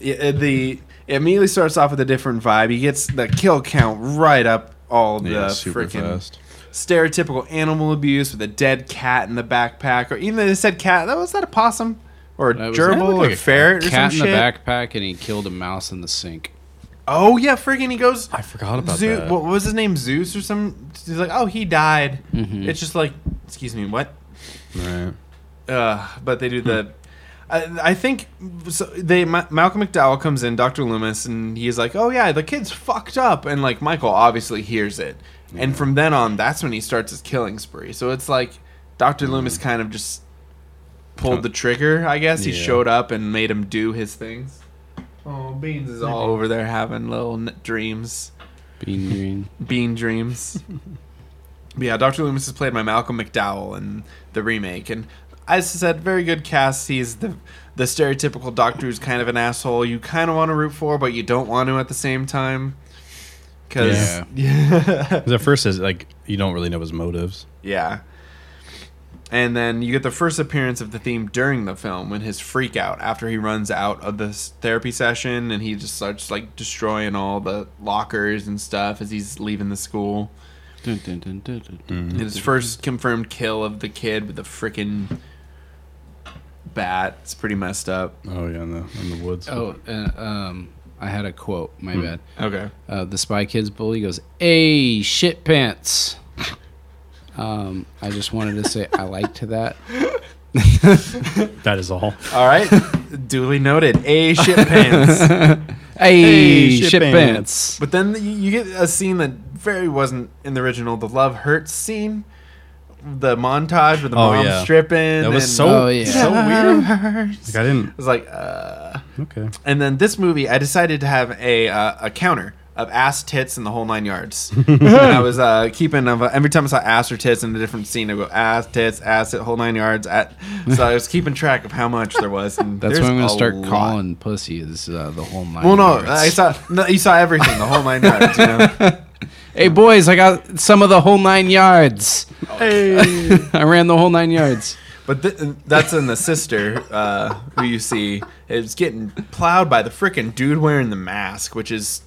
yeah, the it immediately starts off with a different vibe. He gets the kill count right up all the Yeah, super uh, freaking <laughs> fast. stereotypical animal abuse with a dead cat in the backpack, or even though they said cat, that was that a possum or a That was- that gerbil looked like or a ferret or Cat in some the shit. backpack, and he killed a mouse in the sink. Oh yeah, freaking he goes. I forgot about Zeus, that. What was his name? Zeus or some? He's like, oh, he died. Mm-hmm. It's just like, excuse me, what? Right. Uh, but they do the. I, I think so they Ma- Malcolm McDowell comes in, Doctor Loomis, and he's like, "Oh yeah, the kid's fucked up," and like Michael obviously hears it, and from then on, that's when he starts his killing spree. So it's like Doctor Loomis kind of just pulled the trigger, I guess. He Yeah. showed up and made him do his things. Oh, Beans is all over there having little n- dreams Bean green. bean dreams. But yeah, Dr. Loomis has played by Malcolm McDowell in the remake, and as I said, very good cast. He's the the stereotypical doctor who's kind of an asshole. You kind of want to root for, but you don't want to at the same time. Because yeah. 'Cause at first, is like you don't really know his motives. <laughs> Yeah. And then you get the first appearance of the theme during the film when his freak out after he runs out of the s- therapy session and he just starts like destroying all the lockers and stuff as he's leaving the school. Dun, dun, dun, dun, dun, <laughs> dun. And Mm-hmm. his first confirmed kill of the kid with the freaking bat. It's pretty messed up. Oh yeah, in the in the woods. Oh, uh, um, I had a quote. Hmm. My bad. Okay. Uh, the Spy Kids bully goes, "Hey, shit pants." Um, I just wanted to <laughs> say I liked that. that is all. <laughs> All right. Duly noted. A shit pants. Hey, Hey, shit, shit pants. but then you, you get a scene that very wasn't in the original. The love hurts scene. The montage with the Oh, mom yeah. stripping. That was and- so Oh, yeah. so weird. <laughs> Like, Hurts. I didn't. It was like, uh. Okay. And then this movie, I decided to have a uh, a counter of ass tits and the whole nine <laughs> yards. and I was uh, keeping of every time I saw ass or tits in a different scene, I go ass tits, ass it, whole nine yards. At so I was keeping track of how much there was. And <laughs> That's there's what I'm a gonna start lot. calling pussy is uh, the whole nine. Well, no, yards. I saw no, you saw everything, the whole nine yards. You know? <laughs> hey boys, I got some of the whole nine yards. <laughs> Hey. I ran the whole nine yards. But th- that's in the sister uh, who you see is getting plowed by the freaking dude wearing the mask, which is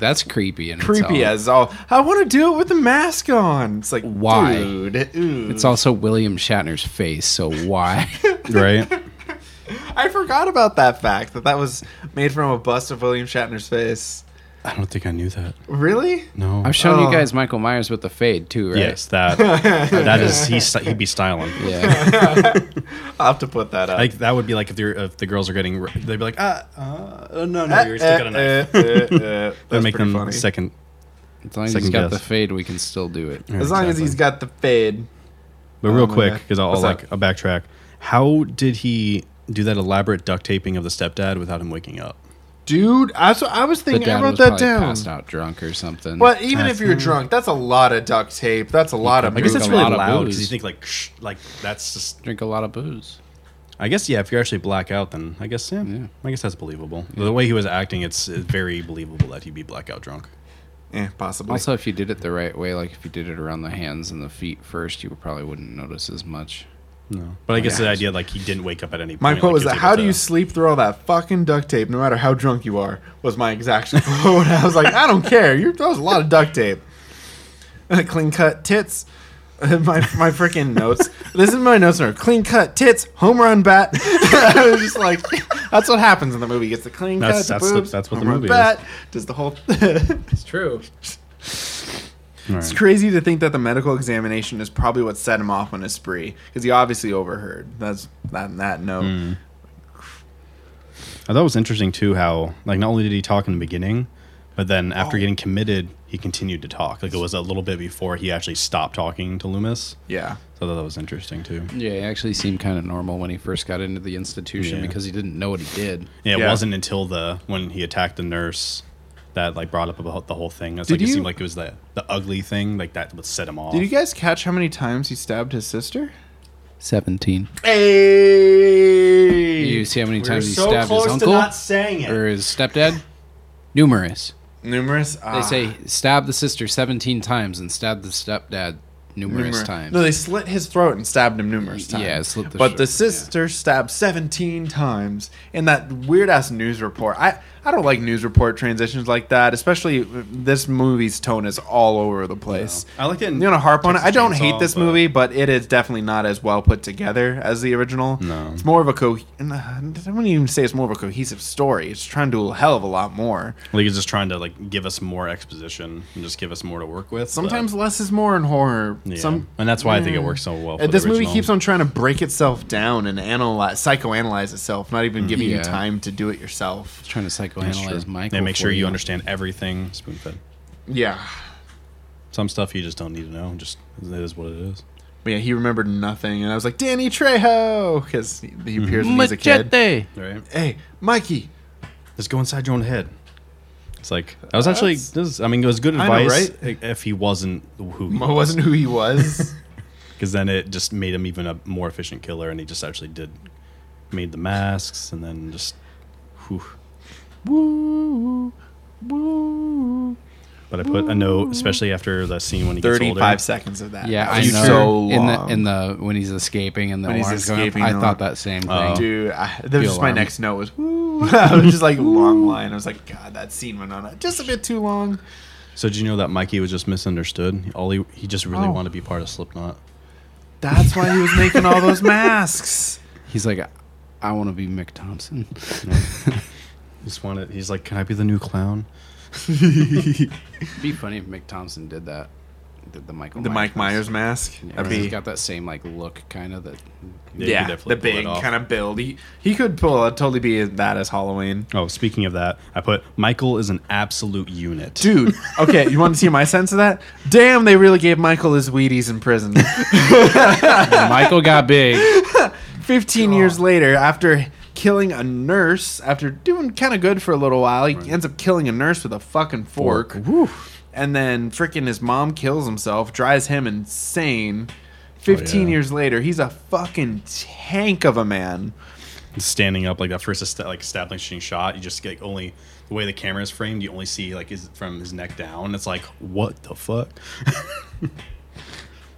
That's creepy and creepy as all. I want to do it with the mask on. It's like Why? dude, ooh. It's also William Shatner's face, <laughs> so why? right. I forgot about that fact that that was made from a bust of William Shatner's face. I don't think I knew that. Really? No. I've shown Oh. you guys Michael Myers with the fade too, right? Yes, that that is he. st- He'd be styling. <laughs> Yeah. I'll have to put that up. Like that would be like if, they're, if the girls are getting, r- they'd be like, ah, uh, uh, no, no, you're still got a knife. Eh, <laughs> eh, eh, eh. That'd That's make pretty them funny. second. As long as he's Second got guess. the fade, we can still do it. As long as he's got the fade. But Oh real my quick, God. because I'll, I'll What's like I'll backtrack. How did he do that elaborate duct taping of the stepdad without him waking up? Dude, I, so I was The thinking, dad I wrote was that probably down. passed out drunk or something. But even if That's- you're drunk, that's a lot of duct tape. That's a lot of. I guess Drink that's a really lot of loud booze. because you think like, ksh, like that's just. Drink a lot of booze. I guess yeah. If you're actually blackout, then I guess yeah. Yeah. I guess that's believable. The way he was acting, it's, it's very believable that he'd be blackout drunk. eh, possibly. Also, if you did it the right way, like if you did it around the hands and the feet first, you probably wouldn't notice as much. No, but I guess the yeah. idea like he didn't wake up at any. point. My quote like, was he that, able "How do to- you sleep through all that fucking duct tape, no matter how drunk you are?" Was my exact <laughs> quote. I was like, "I don't care. You're, that was a lot of duct tape." <laughs> clean cut tits. <laughs> my my freaking notes. This is my notes. Are clean cut tits, home run bat. <laughs> I was just like, <laughs> that's what happens in the movie. Gets the clean That's- cut. that's the- boobs, that's what the home run movie bat, Does the whole. <laughs> It's true. All It's right. crazy to think that the medical examination is probably what set him off on his spree because he obviously overheard. That's that that note. Mm. I thought it was interesting too how like not only did he talk in the beginning, but then after Oh. getting committed, he continued to talk. Like it was a little bit before he actually stopped talking to Loomis. Yeah. So I thought that was interesting too. Yeah, he actually seemed kind of normal when he first got into the institution Yeah. because he didn't know what he did. Yeah, it Yeah. wasn't until the when he attacked the nurse that like brought up about the whole thing. It's Did like it you- seemed like it was the the ugly thing like that would set him off. Did you guys catch how many times he stabbed his sister? Seventeen. Hey! You see how many times he stabbed his uncle saying or his stepdad? Numerous. Numerous. ah, They say stab the sister seventeen times and stab the stepdad numerous times. No, they slit his throat and stabbed him numerous Y- times. yeah, slit the but throat, the sister stabbed 17 times in that weird ass news report. I, I don't like news report transitions like that, especially this movie's tone is all over the place. I liked it. You want to harp on it? I don't hate this but- movie, but it is definitely not as well put together as the original. No. It's more of a co. <sighs> I wouldn't even say it's more of a cohesive story. It's trying to do a hell of a lot more. Like he's just trying to like give us more exposition and just give us more to work with. but- Sometimes less is more in horror. yeah. Some and that's why I think it Yeah. works so well. For And this the movie original. keeps on trying to break itself down and analyze, psychoanalyze itself, not even giving Yeah. you time to do it yourself. trying to That's true. psychoanalyze Michael. They make sure for you, understand everything spoon fed. Yeah, Some stuff you just don't need to know. Just it is what it is. but yeah, he remembered nothing, and I was like, Danny Trejo, because he, he appears when he's a kid. Machete. Right. Hey, Mikey, Just go inside your own head. It's like that was actually. That's- This is, I mean, it was good I know, advice if he wasn't who he Mo wasn't who he <laughs> was. because then it just made him even a more efficient killer, and he just actually did made the masks, and then just whew. woo, woo. But I put a note, especially after that scene when he gets older. Thirty-five seconds of that. Yeah, That I was know. So in the long. in the when he's escaping and the um, When he's alarm's going off, escaping, I the thought alarm- that same thing. Oh. Dude, I, that was just my alarm. next note was woo. <laughs> I was just like long line. I was like, God, that scene went on just a bit too long. So did you know that Mikey was just misunderstood? All he he just really Oh. wanted to be part of Slipknot. That's why he was making all those masks. He's like, I want to be Mick Thompson. He just wanted. He's like, can I be the new clown? It'd be funny if Mick Thompson did that. Did the Michael The Mike Myers Myers. mask. Yeah, That'd 'cause he's be got that same like look, kind <laughs> of that. he could yeah, definitely the pull it big off. kind of build. He he could pull uh, totally be that as Halloween. Oh, speaking of that, I put Michael is an absolute unit. Dude, okay, you want to see my sense of that? Damn, they really gave Michael his Wheaties in prison. Michael <laughs> got big. 15 years later, after killing a nurse, after doing kind of good for a little while, he ends up killing a nurse with a fucking fork. And then freaking his mom kills himself, drives him insane. 15 yeah. years later, he's a fucking tank of a man. standing up like that first est- like establishing shot you just like only the way the camera is framed you only see like his from his neck down it's like what the fuck <laughs>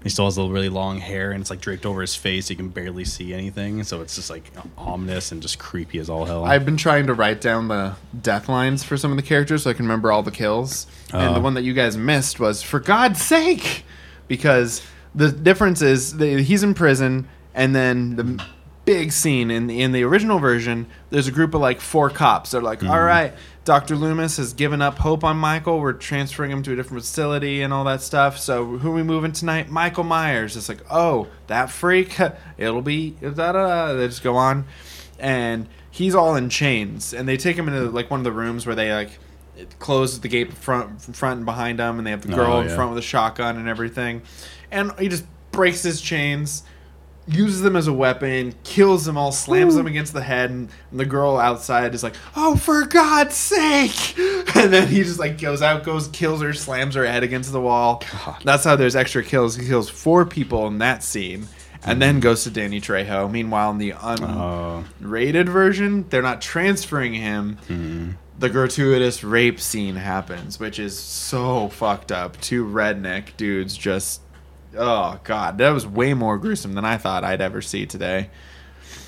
he still has the really long hair and it's like draped over his face you can barely see anything so it's just like ominous and just creepy as all hell I've been trying to write down the death lines for some of the characters so I can remember all the kills. and the one that you guys missed was for God's sake, because the difference is the, he's in prison, and then the big scene in the, in the original version, there's a group of like four cops. They're like, "All right, Doctor Loomis has given up hope on Michael. We're transferring him to a different facility and all that stuff. So who are we moving tonight? Michael Myers. It's like, oh, that freak. <laughs> It'll be da da. da. They just go on and he's all in chains and they take him into like one of the rooms where they like close the gate front front and behind him and they have the girl Oh, in yeah. front with a shotgun and everything and he just breaks his chains uses them as a weapon kills them all slams them against the head and, and the girl outside is like oh for god's sake <laughs> and then he just like goes out goes kills her slams her head against the wall that's how there's extra kills he kills four people in that scene and Mm. then goes to Danny Trejo. Meanwhile, in the un- uh, rated version, they're not transferring him. Mm-hmm. The gratuitous rape scene happens, which is so fucked up. Two redneck dudes just Oh god, that was way more gruesome than I thought I'd ever see today.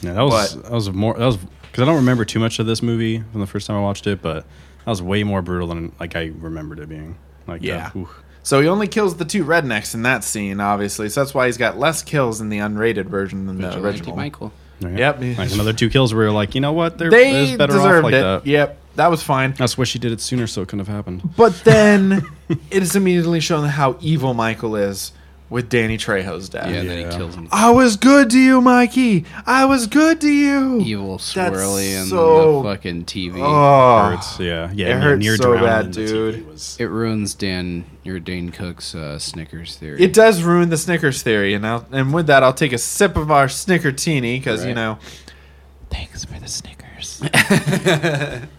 Yeah, that was that was more that was because I don't remember too much of this movie from the first time I watched it, but that was way more brutal than like I remembered it being. Like Yeah. that, oof. So he only kills the two rednecks in that scene, obviously. So that's why he's got less kills in the unrated version than the Vigilante original. Michael. Right? Yep. Like another two kills where you're like, you know what, they're, they're They just better deserved off like it. that. Yep, that was fine. I just wish he did it sooner so it couldn't have happened. But <laughs> then it is immediately shown how evil Michael is with Danny Trejo's death. Yeah, and then Yeah. he kills him. I was good to you, Mikey. I was good to you. Evil swirly and so- the fucking TV. Oh, hurts. Yeah, yeah. it and hurts so drowning, bad, the TV dude. was- It ruins Dan your Dane Cook's uh, Snickers theory. it does ruin the Snickers theory, and I'll, and with that, I'll take a sip of our Snickertini because you Right. know Thanks for the Snickers.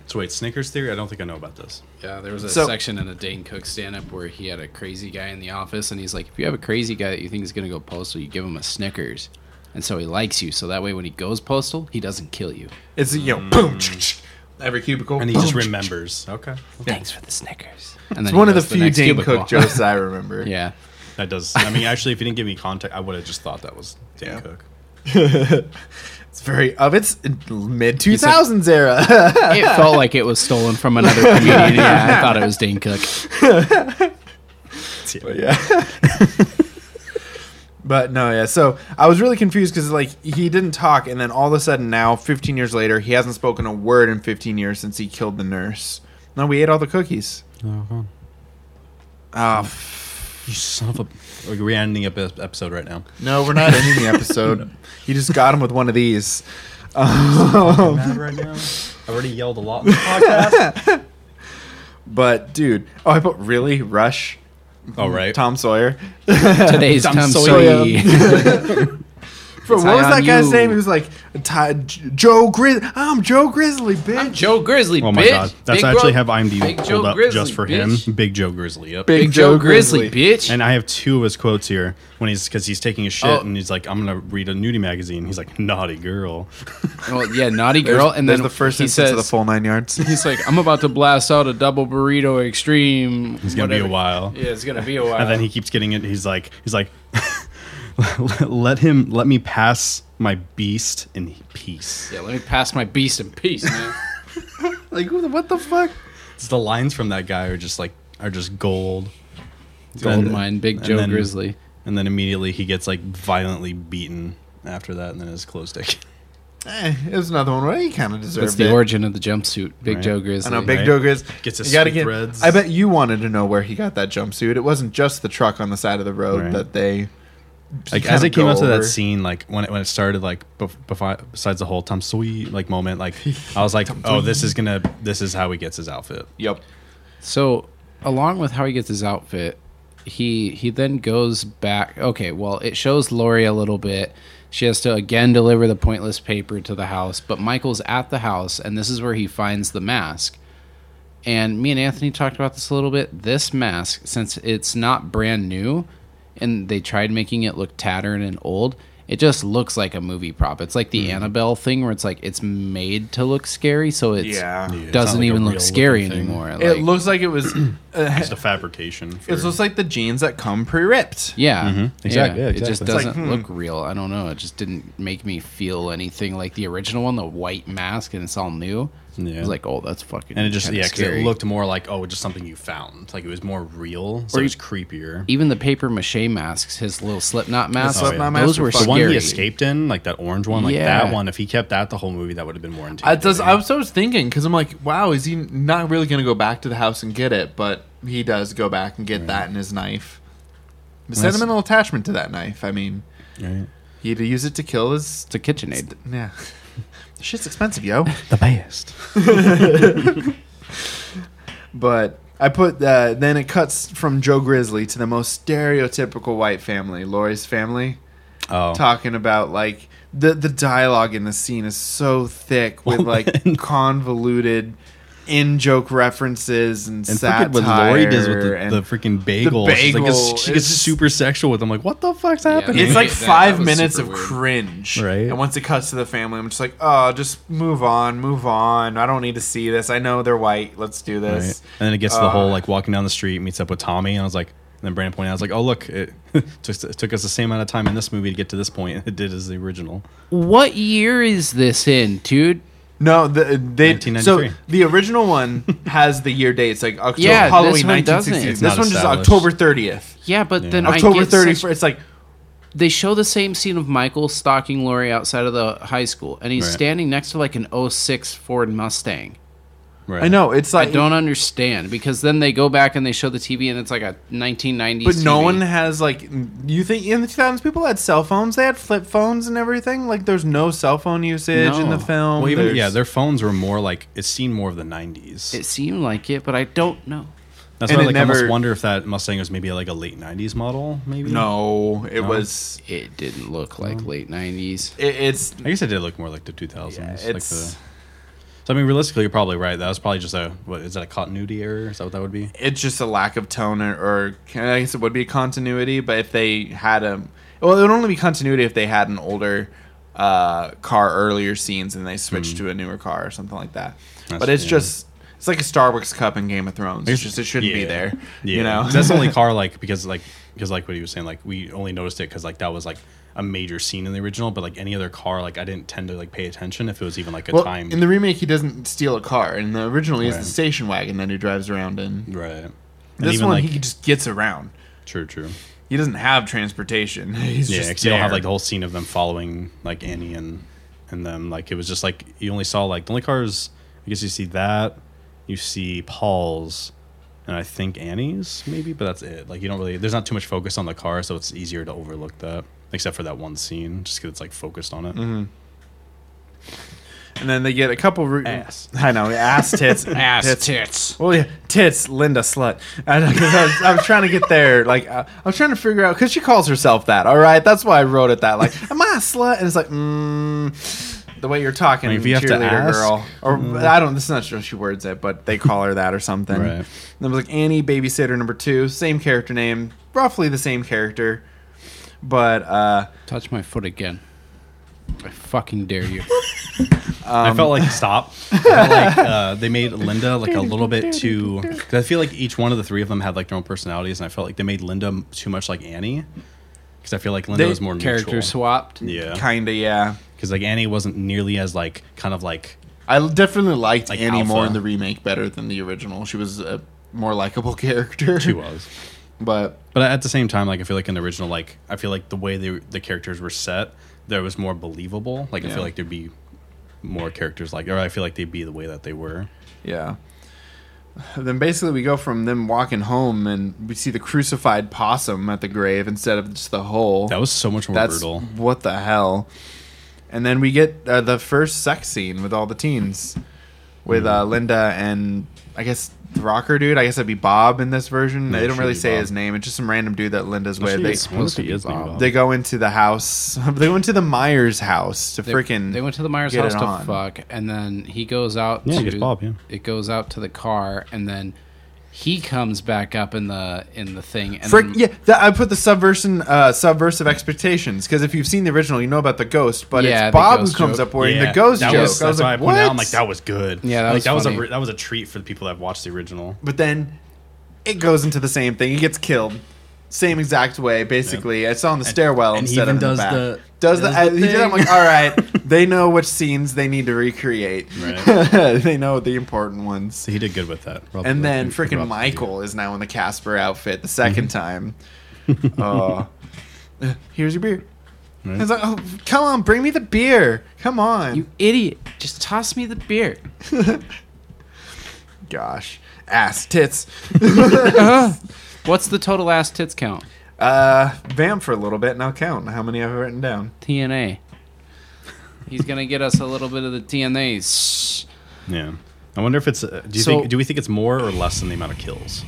So wait, Snickers theory? I don't think I know about this. yeah, there was a So- section in a Dane Cook stand up where he had a crazy guy in the office and he's like, If you have a crazy guy that you think is gonna go postal, you give him a Snickers. And so he likes you, so that way when he goes postal, he doesn't kill you. it's you know boom every cubicle, And he just boom. remembers. Okay, Thanks for the Snickers. And It's he one of the goes to few next Dane cubicle. Cook jokes I remember. <laughs> yeah. that does. I mean, actually, if you didn't give me contact, I would have just thought that was Dan Yeah. Cook. <laughs> It's very of its mid two thousands era. <laughs> It felt like it was stolen from another comedian. Yeah, I thought it was Dane Cook. yeah. <laughs> but no, yeah. So I was really confused because like he didn't talk, and then all of a sudden now, 15 years later, he hasn't spoken a word in 15 years since he killed the nurse. No, we ate all the cookies. Ah, f- Oh, You son of a. We're ending up this episode right now. no, we're not ending the episode. <laughs> You just got him with one of these. mad right <laughs> now. I already yelled a lot <laughs> in the podcast. But dude, oh, I put really Rush, All right. Tom Sawyer. Today's Tom Tom Sawyer. Sawyer. <laughs> For, what High was on that guy's you. name? He was like Ty, J- Joe Grizzly. I'm Joe Grizzly, bitch. Joe Grizzly. Oh my bitch. god, that's Big actually Ro- have IMDb Big pulled Joe up Grizzly, just for bitch. him. Big Joe Grizzly. Yep. Big Big Joe Grizzly, bitch. And I have two of his quotes here when he's because he's taking a shit Oh. and he's like, "I'm gonna read a nudie magazine." He's like, "Naughty girl." <laughs> well, yeah, naughty girl. and There's then the first he instance says, of the full nine yards. he's like, I'm about to blast out a double burrito extreme. It's gonna be a while. Yeah, it's gonna be a while. <laughs> And then he keeps getting it. He's like, he's like, <laughs> let him, let me pass my beast in peace. yeah, let me pass my beast in peace, man. <laughs> Like who the- what the fuck? It's the lines from that guy are just like are just gold. Gold <laughs> And- mine, Big and Joe then- Grizzly. And then immediately he gets like violently beaten after that, and then his clothes stick. Eh, it was another one where he kind of deserved That's the it. origin of the jumpsuit, Big Right. Joe I Grizzly. know Big Right. Joe Grizz Gets you his gotta sweet get- threads. I bet you wanted to know where he got that jumpsuit. It wasn't just the truck on the side of the road Right. that they. Like kinda as it came go out to that over. scene, like when it, when it started, like bef- befi- besides the whole Tom Sweet like moment, like I was like, oh, this is gonna, this is how he gets his outfit. Yep. So, along with how he gets his outfit, he he then goes back. Okay, well, it shows Lori a little bit. She has to again deliver the pointless paper to the house, but Michael's at the house, and this is where he finds the mask. And me and Anthony talked about this a little bit. This mask, since it's not brand new, and they tried making it look tattered and old, it just looks like a movie prop. It's like the Mm-hmm. Annabelle thing, where it's like it's made to look scary, so it's Yeah. Yeah, it's not doesn't like a even real look scary looking thing. anymore. It Like- looks like <clears throat> it was. Uh, Just a fabrication. For, it looks like the jeans that come pre-ripped. Yeah, Exact- yeah, It Mm-hmm. just exactly. hmm. It's doesn't like, look real. I don't know. It just didn't make me feel anything like the original one, the white mask, and it's all new. Yeah. I was like, oh, that's fucking. and it just kinda yeah, because scary. it looked more like oh, just something you found. Like it was more real, so Or it you- was creepier. Oh, Even the paper mache masks, his little Slipknot mask, Slipknot mask those were were the scary. one he escaped in, like that orange one, like that Yeah. one. If he kept that the whole movie, that would have been more I, intimidating. does, I was always thinking because I'm like, wow, is he not really going to go back to the house and get it? But he does go back and get that and his knife. The that's- sentimental attachment to that knife. I mean, Right. he'd use it to kill his. It's a KitchenAid. Yeah. <laughs> Shit's expensive, yo. The best. But I put uh, then it cuts from Joe Grizzly to the most stereotypical white family, Lori's family, Oh, talking about like the the dialogue in the scene is so <laughs> thick with like convoluted in joke references and, and satire. fucking what Lori does with the, and the freaking bagel. The She's like, bagel she is gets just- super sexual with them. Like, what the fuck's happening? <laughs> it's like That- that five was minutes of super weird. cringe, Right. And once it cuts to the family, I'm just like, oh, just move on, move on. I don't need to see this. I know they're white. Let's do Right? this. And then it gets to the Uh, whole like walking down the street, meets up with Tommy, and I was like, then Brandon pointed out, I was like, oh, look, it <laughs> took, it took us the same amount of time in this movie to get to this point it did as the original. What year is this in, dude? No, the, they so 1993. the original <laughs> one has the year date. It's like October, Yeah, this Halloween one doesn't. 1960. It's This not one just established. October 30th, Yeah, but then I October get 31st. such- it's like they show the same scene of Michael stalking Lori outside of the high school, and he's Right. standing next to like an 06 Ford Mustang. Right. I know it's I like don't understand because then they go back and they show the TV, and it's like a 1990s. but no TV. one has like you think in the 2000s people had cell phones. They had flip phones and everything. Like there's no cell phone usage in No. the film. Well, even There's- yeah, their phones were more like it seemed more of the '90s. It seemed like it, but I don't know. That's and why I it like never- almost wonder if that Mustang was maybe like a late '90s model. Maybe no, it was It didn't look like late 90s. it, it's I guess it did look more like the 2000s. yeah, like the, it's so I mean, realistically, you're probably right. That was probably just a what is that a continuity error? Is that what that would be? it's just a lack of tone or, or I guess it would be continuity, but if they had a well, it would only be continuity if they had an older uh, car earlier scenes and they switched to a newer car or something like that. Hmm. That's- but it's yeah. just it's like a Starbucks cup in Game of Thrones. It's just it shouldn't be Yeah. there. Yeah, You know, that's the only car like because like because like what he was saying like we only noticed it because like that was like a major scene in the original, but like any other car like I didn't tend to like pay attention if it was even like a <laughs> well, time in the remake he doesn't steal a car. In the original, he has Right. the station wagon that he drives around in. right. And This even one, like he just gets around. true, true. He doesn't have transportation. <laughs> He's Yeah, just because you don't have there. like the whole scene of them following like Annie and and them. Like it was just like you only saw like the only cars. I guess you see that, you see Paul's, and I think Annie's maybe, but that's it. Like you don't really. There's not too much focus on the car, so it's easier to overlook that. Except for that one scene, just because it's like focused on it. Mm-hmm. And then they get a couple root Ass. I know ass <laughs> tits, Ass tits. tits. Well, yeah, tits, Linda slut. I, know, 'cause I, was, I was trying to get there. Like uh, I was trying to figure out because she calls herself that. All right, that's why I wrote it that. Like, am I a slut? And it's like, mm, the way you're talking, Like, if you have to cheerleader ask, Mm. girl. Or I don't. This is not sure she words it, but they call her that or something. Right. And it was like Annie, babysitter number two, same character name, roughly the same character, but uh, Touch my foot again. I fucking dare <laughs> you. um, I felt like stop. I felt like uh, they made Linda like a little bit too. Cause I feel like each one of the three of them had like their own personalities, and I felt like they made Linda m- too much like Annie. Because I feel like Linda They- was more Character neutral. swapped. yeah, kinda yeah. because like Annie wasn't nearly as like kind of like I l- definitely liked Like Annie alpha. more in the remake better than the original. She was a more likable <laughs> character. she was. But But at the same time, like I feel like in the original, like I feel like the way the the characters were set, there was more believable. Like I Yeah. feel like there'd be more characters like, or I feel like they'd be the way that they were. yeah. Then basically we go from them walking home and we see the crucified possum at the grave instead of just the hole. That was so much more That's brutal. what the hell. And then we get uh, the first sex scene with all the teens, Hmm. with uh, Linda and I guess the rocker dude. I guess that'd be Bob in this version. they it don't should really be say Bob. his name. It's just some random dude that Linda's with. Actually, They- it's supposed to be his name, Bob. Bob. They go into the house. <laughs> They go into the Myers house to They, freaking. they went to the Myers get house it to on. fuck, and then he goes out. Yeah, to, it gets Bob, yeah. It goes out to the car, and then he comes back up in the in the thing. And Frick, then- yeah, that, I put the subversion, uh, subversive expectations because if you've seen the original, you know about the ghost. But Yeah, the it's Bob who ghost comes joke. up wearing Yeah, the ghost that joke. Was, I was that's why I like, pointed what? out. I'm like, that was good. Yeah, that like, was that was a funny. re- that was a treat for the people that watched the original. but then it goes into the same thing. He gets killed, same exact way. Basically, it's on the stairwell and he instead even of in does the back. the- does, the, does I- the he did, I'm thing. like, all right, <laughs> they know which scenes they need to recreate. <laughs> they know the important ones. So he did good with that. Rob- And then Rob- Rob- freaking Michael is now in the Casper outfit the 2nd time. Oh, here's your beer. Right. He's like, oh, come on, bring me the beer. Come on. You idiot! Just toss me the beer. Gosh, ass tits. <laughs> <laughs> What's the total ass tits count? uh, vamp for a little bit, and I'll count how many I've written down. TNA. He's gonna get us a little bit of the TNA. Yeah. I wonder if it's. Uh, do you So- think? Do we think it's more or less than the amount of kills?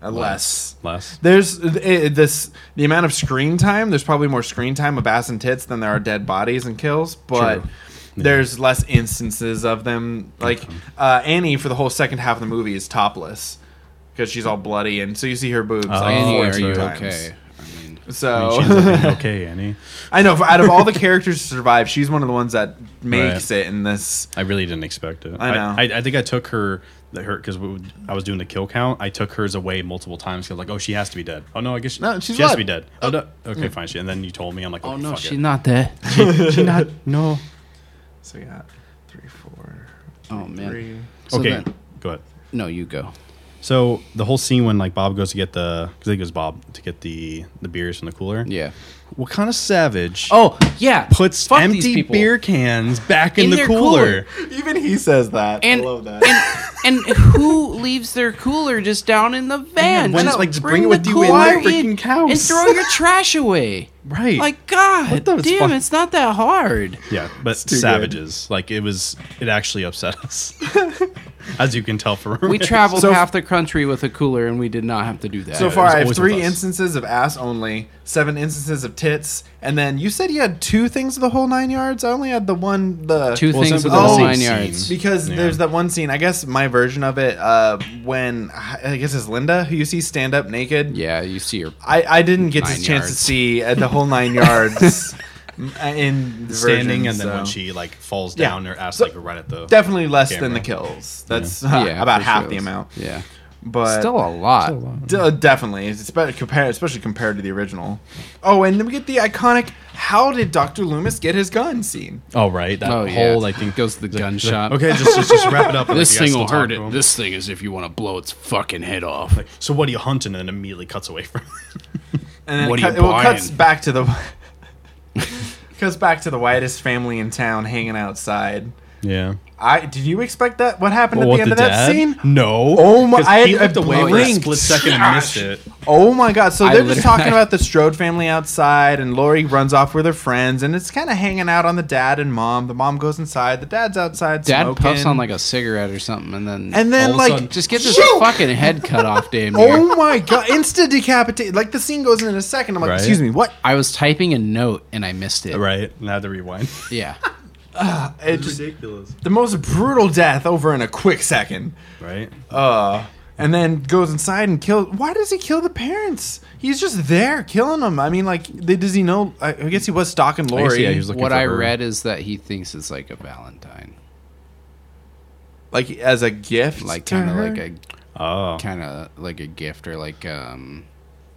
Uh, Unless <laughs> Less. there's eh, this the amount of screen time. There's probably more screen time of ass and tits than there are dead bodies and kills, but. True. There's less instances of them. Like uh, Annie, for the whole second half of the movie, is topless because she's all bloody, and so you see her boobs. Oh, like, Annie, are 14 you times. okay? I mean, I mean, So <laughs> she ends up being okay, Annie. I know out of all the characters to survive, she's one of the ones that makes Right. it in this. I really didn't expect it. I know. I, I, think I took her the her because I was doing the kill count. I took hers away multiple times because like, oh, she has to be dead. Oh no, I guess she, No, she's she has to alive. be dead. Oh no, okay, fine. She, and then you told me, I'm like, oh, no, she's not. not dead. she <laughs> not. No. So we got three, four, Oh man. three. So okay, then- go ahead. no, you go. So the whole scene when like Bob goes to get the because I think it was Bob to get the the beers from the cooler. Yeah. What kind of savage? Oh yeah. puts Fuck these empty people. beer cans back in, In the their cooler. cooler. Even he says that. And I love that. <laughs> and and who leaves their cooler just down in the van? when Just it's like, just bring it with the you in cooler your freaking house. and throw your trash away. Right. <laughs> Like God, What the damn, fuck? it's not that hard. Yeah, but too good. savages. Like it was, it actually upset <laughs> us, as you can tell from <laughs> We traveled So- half the country with a cooler, and we did not have to do that. so it far, was I have always three with us. instances of ass only, seven instances of tits, and then you said you had two things of the whole nine yards. I only had the one. The two Well, things some of with the those nine scenes- yards. Because Yeah. there's that one scene, I guess my version of it, uh, when I guess it's Linda who you see stand up naked. Yeah, you <laughs> see her. I, I didn't get this Nine chance to yards. see uh, the whole nine <laughs> yards m- uh, in the standing, version, and then when so. she like falls Yeah. down, her ass So- like right at the. definitely less than Camera. the kills. That's <laughs> uh, Yeah, about for half sure. the amount, Yeah, but still a lot. D- uh, definitely, it's better compared, especially compared to the original. Oh, and then we get the iconic "How did Doctor Loomis get his gun?" scene. oh right, that whole Oh yeah, like thing. goes to the gunshot. Okay, just, just just wrap it up. and, this like, you guys thing will still hurt talk to it. him. This thing is if you want to blow its fucking head off. Like, so what are you hunting? And then immediately cuts away from. it. And then What it, are cut- you well, it cuts buying? back to the <laughs> cuts back to the whitest family in town hanging outside. yeah. I did you expect that? What happened Well, at the end with of that dad? scene? No. Oh my- 'Cause I He looked had- I away for a blinked. split second and missed it. Oh my god! So I they're just literally- <laughs> talking about the Strode family outside, and Lori runs off with her friends, and it's kind of hanging out on the dad and mom. The mom goes inside. The dad's outside. Dad smoking. puffs on like a cigarette or something, and then and all then of a like sudden, just gets his shoot! fucking head cut off, damn near. Oh my god! Insta decapitate. Like the scene goes in in a second. I'm like, Right. excuse me, what? I was typing a note and I missed it. Right. Now to rewind. <laughs> Yeah. It just, ridiculous. the most brutal death over in a quick second. Right. Uh, and then goes inside and kills. Why does he kill the parents? He's just there killing them. I mean, like, they, does he know? I, I guess he was stalking I Lori. guess, yeah, he was looking What for I her. read is that he thinks it's like a Valentine, like as a gift, like to kind of her? like a Oh. kind of like a gift or like um,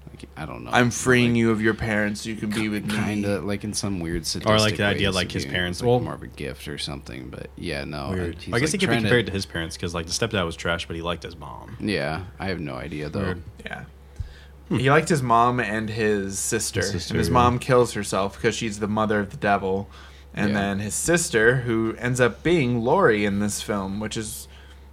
like, I don't know. I'm freeing you of your parents. You can be with me. kind of like in some weird sadistic Or like the idea, ways like, of his doing it. parents- It's, like well- more of a gift or something. But yeah, no. Weird. and I guess he could like, be trying to- compared to, his parents because like the stepdad was trash, but he liked his mom. Yeah, I have no idea though. Weird. Yeah. He liked his mom and his sister. Hmm. His sister, and his yeah. mom kills herself because she's the mother of the devil. And Yeah. then his sister, who ends up being Lori in this film, which is,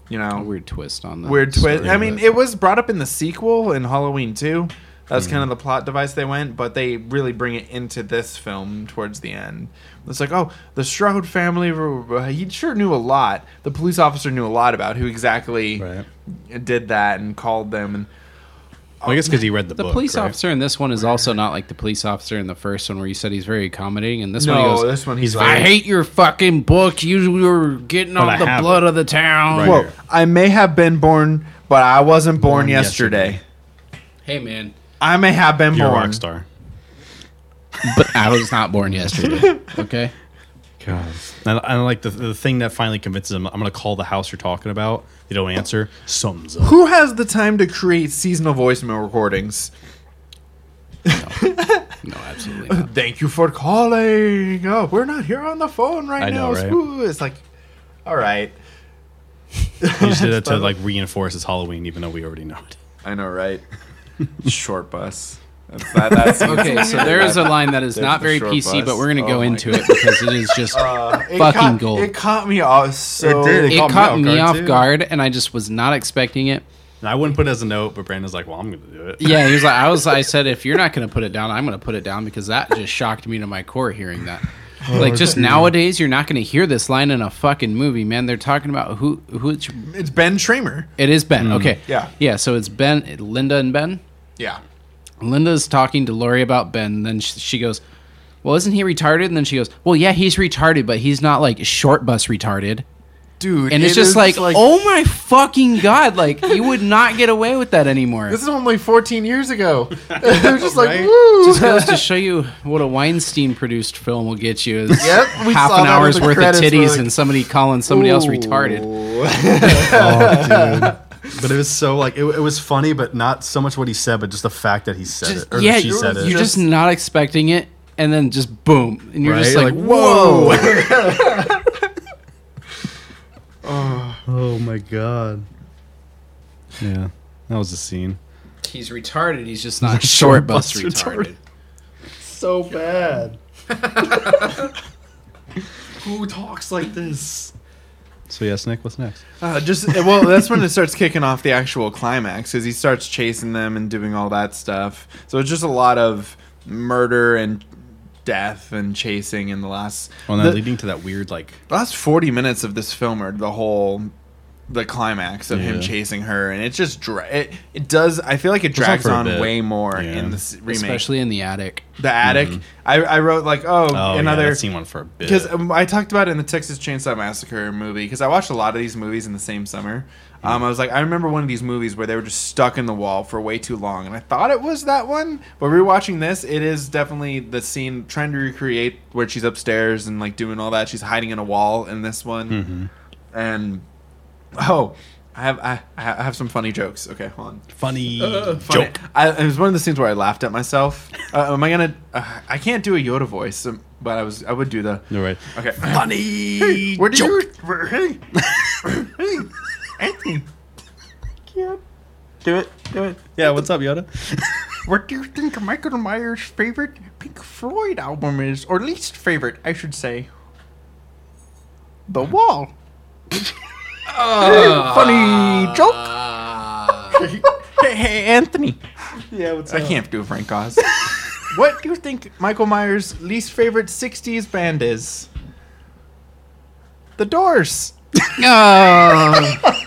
you know, A weird, weird twist on the twist. story, I mean, but- it was brought up in the sequel in Halloween 2. That's Hmm. kind of the plot device they went, but they really bring it into this film towards the end. It's like, oh, the Stroud family, uh, he sure knew a lot. The police officer knew a lot about who exactly Right. did that and called them. And Well, I guess because he read the, The book. police right? officer in this one is also not like the police officer in the first one, where you said he's very accommodating. And this one, no, he goes, this one he's he's "I like, hate your fucking book. You were getting But on I the have blood it." of the town." Right. Whoa, I may have been born, but I wasn't born, Born yesterday. yesterday. Hey man, I may have been You're a born. rock star. but I was not born yesterday. Okay. God. And, and like the, the thing that finally convinces him, I'm going to call the house you're talking about. They don't answer. Sums up. Who has the time to create seasonal voicemail recordings? No, <laughs> absolutely not. Thank you for calling. Oh, we're not here on the phone right I now. know, right? Ooh, It's like, all right. He just did that to like reinforce his Halloween, even though we already know it. I <laughs> know, right? Short bus. That's, that, that's <laughs> Okay, so there is a line that is not the very short PC, bus. but we're gonna Oh go my Uh, into it because it is just It fucking caught, gold. It caught me off so. It did. it caught caught, me off me guard, off too. guard, and I just was not expecting it. And I wouldn't put it as a note, but Brandon's like, well, I'm going to do it. Yeah, he was like, I was, <laughs> I said, if you're not going to put it down, I'm going to put it down because that just shocked me to my core hearing that. Like, just nowadays, you're not going to hear this line in a fucking movie, man. They're talking about who, who it's, It's Ben Tramer. it is Ben. Okay, Yeah. yeah. So it's Ben, Linda, and Ben. Yeah. Linda's talking to Lori about Ben. And then she, she goes, "Well, isn't he retarded?" And then she goes, "Well, yeah, he's retarded, but he's not like short bus retarded." dude. and it's it just is like, oh my fucking god! Like you would not get away with that anymore. This is only 14 <laughs> years ago. They're just like, Right? woo. just goes to show you what a Weinstein produced film will get you. <laughs> Is Yep, we half saw an that with hour's the worth of credits, we're titties like, and somebody calling somebody else Ooh. retarded. Oh, dude. But it was so like it, it was funny, but not so much what he said, but just the fact that he said Just- it or yeah, that she you're, said it. you're just Just- not expecting it, and then just boom, and you're just Right? like, Like, whoa. <laughs> oh my god. Yeah, that was the scene. He's retarded. He's just not short bus bus retarded. retarded. So bad. Who talks like this? So yes, Nick, what's next? Uh, just well, that's when it starts kicking off the actual climax because he starts chasing them and doing all that stuff. So it's just a lot of murder and death and chasing in the last Well, and then the- Oh, leading to that weird like the last 40 minutes of this film are the whole the climax of him Yeah. chasing her and it just dra- it, it does i feel like it on drags for a on bit. way more Yeah. in this remake especially in <laughs> the attic. <laughs> the attic I, I wrote like oh, Mm-hmm. oh another uh, yeah, another that scene went for a bit. because um, I talked about it in the Texas Chainsaw Massacre movie because I watched a lot of these movies in the same summer. Mm-hmm. Um, I was like, I remember one of these movies where they were just stuck in the wall for way too long, and I thought it was that one. But rewatching this, it is definitely the scene trying to recreate where she's upstairs and like doing all that. She's hiding in a wall in this one, Mm-hmm. and oh, I have I, I have some funny jokes. Okay, hold on. uh, funny Funny. joke. I, it was one of those things where I laughed at myself. Uh, am I gonna? Uh, I can't do a Yoda voice, um, but I was I would do the. All right. <clears throat> Okay. Funny Where do joke. you? Where, hey, hey, Anthony. Can't do it. Do it. Yeah, what's up, Yoda? What do you think Michael Myers' favorite Pink Floyd album is, or least favorite, I should say? The Wall. Funny joke. <laughs> hey, hey, Anthony. yeah, what's Ah. I can't do Frank Oz. <laughs> what do you think Michael Myers' least favorite '60s band is? The Doors. Oh,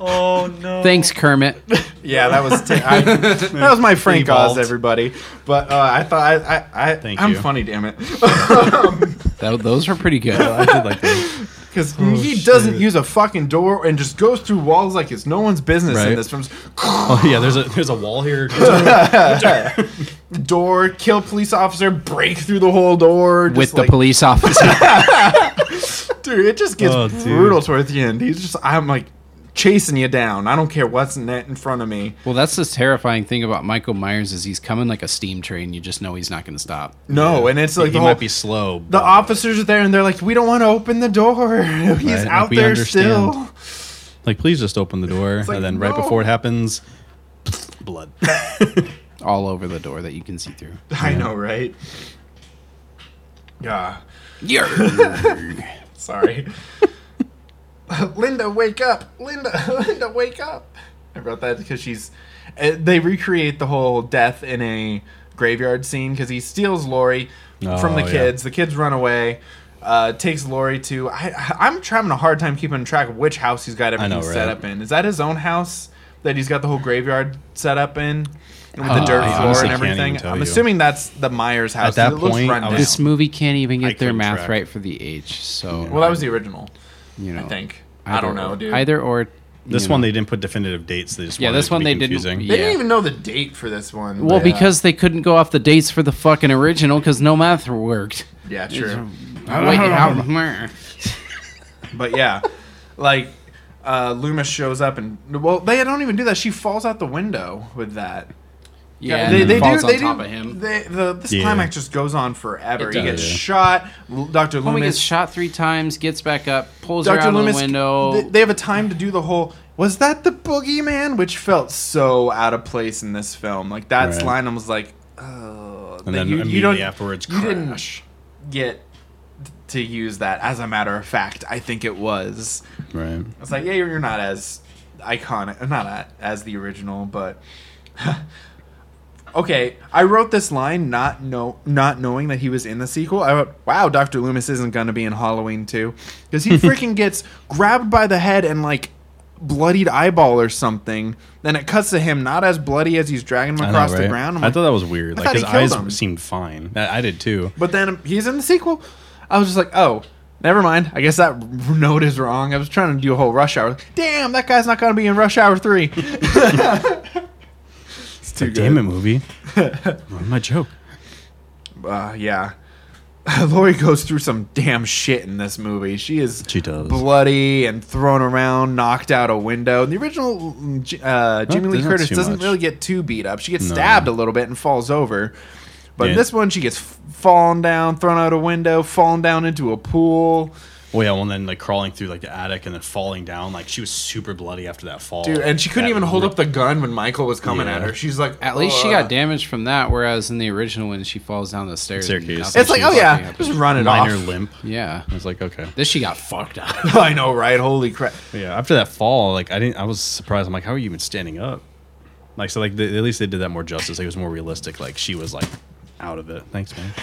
Oh no. thanks, Kermit. Yeah, that was t- I, <laughs> that was my Frank Evolved. Oz, everybody. But uh, I thought I I, I Thank I'm you. funny, damn it, That, those were <laughs> pretty good. I did like that. because he Oh, doesn't shit. use a fucking door and just goes through walls like it's no one's business Right. in this film. <laughs> Oh yeah, there's a there's a wall here. Door, kill police officer, break through the whole door just With like- the police officer, Dude, it just gets Oh, dude. brutal towards the end. He's just I'm like chasing you down. I don't care what's in that in front of me. well, that's the terrifying thing about Michael Myers is he's coming like a steam train. You just know he's not going to stop. No, and it's like he the whole, might be slow. the but- officers are there and they're like, we don't want to open the door. <laughs> He's Right, like, out we there understand. still. <laughs> Like, please just open the door, like, and then right no. before it happens, <sniffs> <laughs> blood. All over the door that you can see through. I know, right? <laughs> Yeah. Sorry. <laughs> Linda, wake up! Linda, <laughs> Linda, wake up! I wrote that because she's. Uh, they recreate the whole death in a graveyard scene because he steals Lori from Oh, the yeah. kids. The kids run away. Uh, takes Lori to. I, I'm having a hard time keeping track of which house he's got everything know, set right? up in. Is that his own house that he's got the whole graveyard set up in? And with Uh, the dirt I floor honestly can't and even everything. tell I'm you. assuming that's the Myers house. that It looks point, run I down. was- This movie can't even I get their couldn't math track. right for the age. So well, that was the original, you know, I think. I don't either know, or- dude. Either or. This you one know. they didn't put definitive dates. They just Yeah, wanted this it to one be they didn't- confusing. They Yeah. didn't even know the date for this one. but- Well, uh, because they couldn't go off the dates for the fucking original because no <laughs> math worked. yeah, true. Wait, how- But yeah, <laughs> like uh, Loomis shows up and well, they don't even do that. She falls out the window with that. Yeah, they, and they then falls do. They on top do. of him. They, the, this Yeah. climax just goes on forever. It He does. gets Yeah. shot. L- Doctor Homie Loomis gets shot three times, gets back up, pulls her Doctor out Loomis. of the window. th- they have a time to do the whole. Was that the boogeyman? Which felt so out of place in this film. Like that Right. line, I was like, oh. that And then you- you immediately don't- afterwards, you didn't- crash. get to use that. As a matter of fact, I think it was. Right. It's like, yeah, you're you're not as iconic, not a- as the original, but <laughs> okay. I wrote this line not know, not knowing that he was in the sequel. I wrote, wow, Doctor Loomis isn't gonna be in Halloween too, <laughs> because he freaking gets grabbed by the head and like bloodied eyeball or something. Then it cuts to him not as bloody as he's dragging him I know, across the right? ground. I'm I like, thought that was weird. I like thought he his killed eyes him. seemed fine. I, I did too. But then he's in the sequel. I was just like, oh, Never mind. I guess that <laughs> r- note is wrong. I was trying to do a whole rush hour. Damn, that guy's not going to be in rush hour three. <laughs> it's <laughs> too Like, damn it, <laughs> movie. Ruined my joke. Uh, yeah. <laughs> Lori goes through some damn shit in this movie. She is She does. bloody and thrown around, knocked out a window. And the original mm, J- uh, Jimmy Lee there's not Curtis too doesn't much. really get too beat up. She gets No. stabbed a little bit and falls over. But in Yeah. this one, she gets f- fallen down, thrown out a window, fallen down into a pool. Well, Oh, yeah, well, and then like crawling through like the attic and then falling down. Like she was super bloody after that fall, Dude, and she couldn't That even hold ripped- up the gun when Michael was coming Yeah. at her. She's like, At least she "Ugh." got damaged from that, whereas in the original one, she falls down the stairs. Staircase. nothing. It's like, She oh was walking yeah, up- just run it minor off. limp. Yeah. I was like, okay, This she got fucked <laughs> up. I know, right? Holy crap! But yeah. After that fall, like I didn't, I was surprised. I'm like, how are you even standing up? Like so, like the, at least they did that more justice. Like, it was more realistic. Like she was like out of it. Thanks, <laughs> man.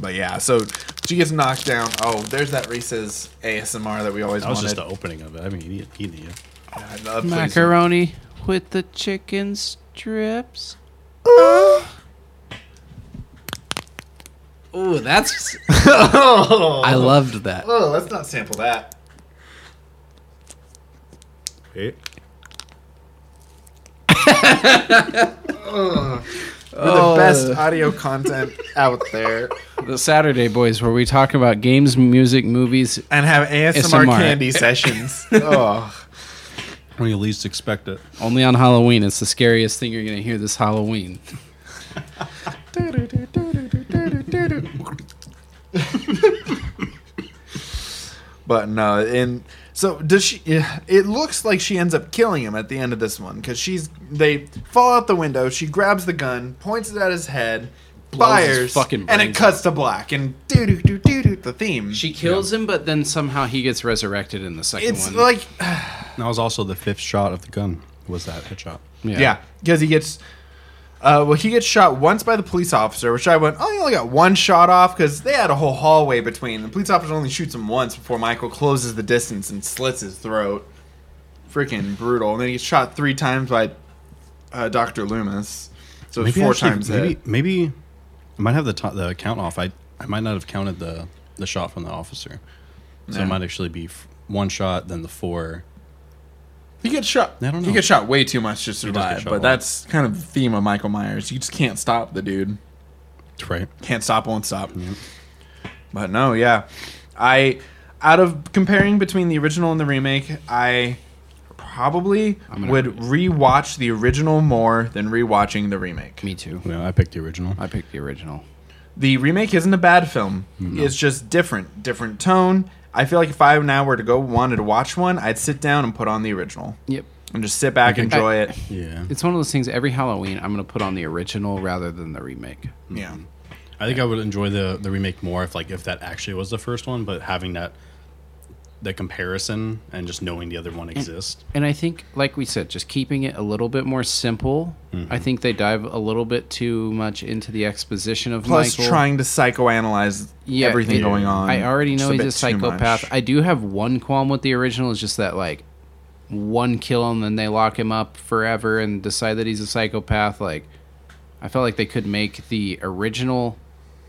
But yeah, so she gets knocked down. Oh, there's that Reese's ASMR that we always That was just wanted. the opening of it. I mean, he, he knew. I love please- <laughs> Macaroni with the chicken strips. Ooh, that's. <laughs> I loved <laughs> that. Oh, let's not sample that. Hey. We're the best audio content out there, The Saturday Boys, where we talk about games, music, movies. and have ASMR, ASMR. candy <laughs> sessions. Oh, When you least expect it. Only on Halloween. It's the scariest thing you're going to hear this Halloween. but no, and so does she? It looks like she ends up killing him at the end of this one because she's they fall out the window. She grabs the gun, points it at his head, Blows his fires, fucking and it brains cuts to black. And doo doo doo doo doo. The theme. <laughs> She kills him, but then somehow he gets resurrected in the second it's one. like That was also the fifth shot of the gun. Was that headshot? Yeah, because he gets. Uh, well, he gets shot once by the police officer, which I went, oh, he only got one shot off because they had a whole hallway between. The police officer only shoots him once before Michael closes the distance and slits his throat. Freaking brutal. And then he gets shot three times by uh, Dr. Loomis. So it's four actually- times Maybe hit. maybe I might have the to- the count off. I I might not have counted the the shot from the officer, so Yeah. it might actually be f- one shot, then the four. He gets shot. I don't He know. gets shot way too much to does get survive, shot a but lot. that's kind of the theme of Michael Myers. You just can't stop the dude. Right. can't stop won't stop but no yeah i out of comparing between the original and the remake i probably gonna would rewatch the original more than rewatching the remake Me too. Yeah, I picked the original. I picked the original. the remake isn't a bad film it's just different different tone i feel like if i now were to go wanted to watch one i'd sit down and put on the original Yep. and just sit back enjoy it Mm-hmm. Yeah. It's one of those things every Halloween I'm going to put on the original rather than the remake. yeah I think I would enjoy the the remake more if like if that actually was the first one, but having that the comparison and just knowing the other Mm. one exists. And I think, like we said, just keeping it a little bit more simple. Mm-hmm. I think they dive a little bit too much into the exposition of plus Michael. trying to psychoanalyze Yeah, everything it- going on I already just know he's bit a too much. psychopath. I do have one qualm with the original. Is just that like one kill and then they lock him up forever and decide that he's a psychopath. Like I felt like they could make the original.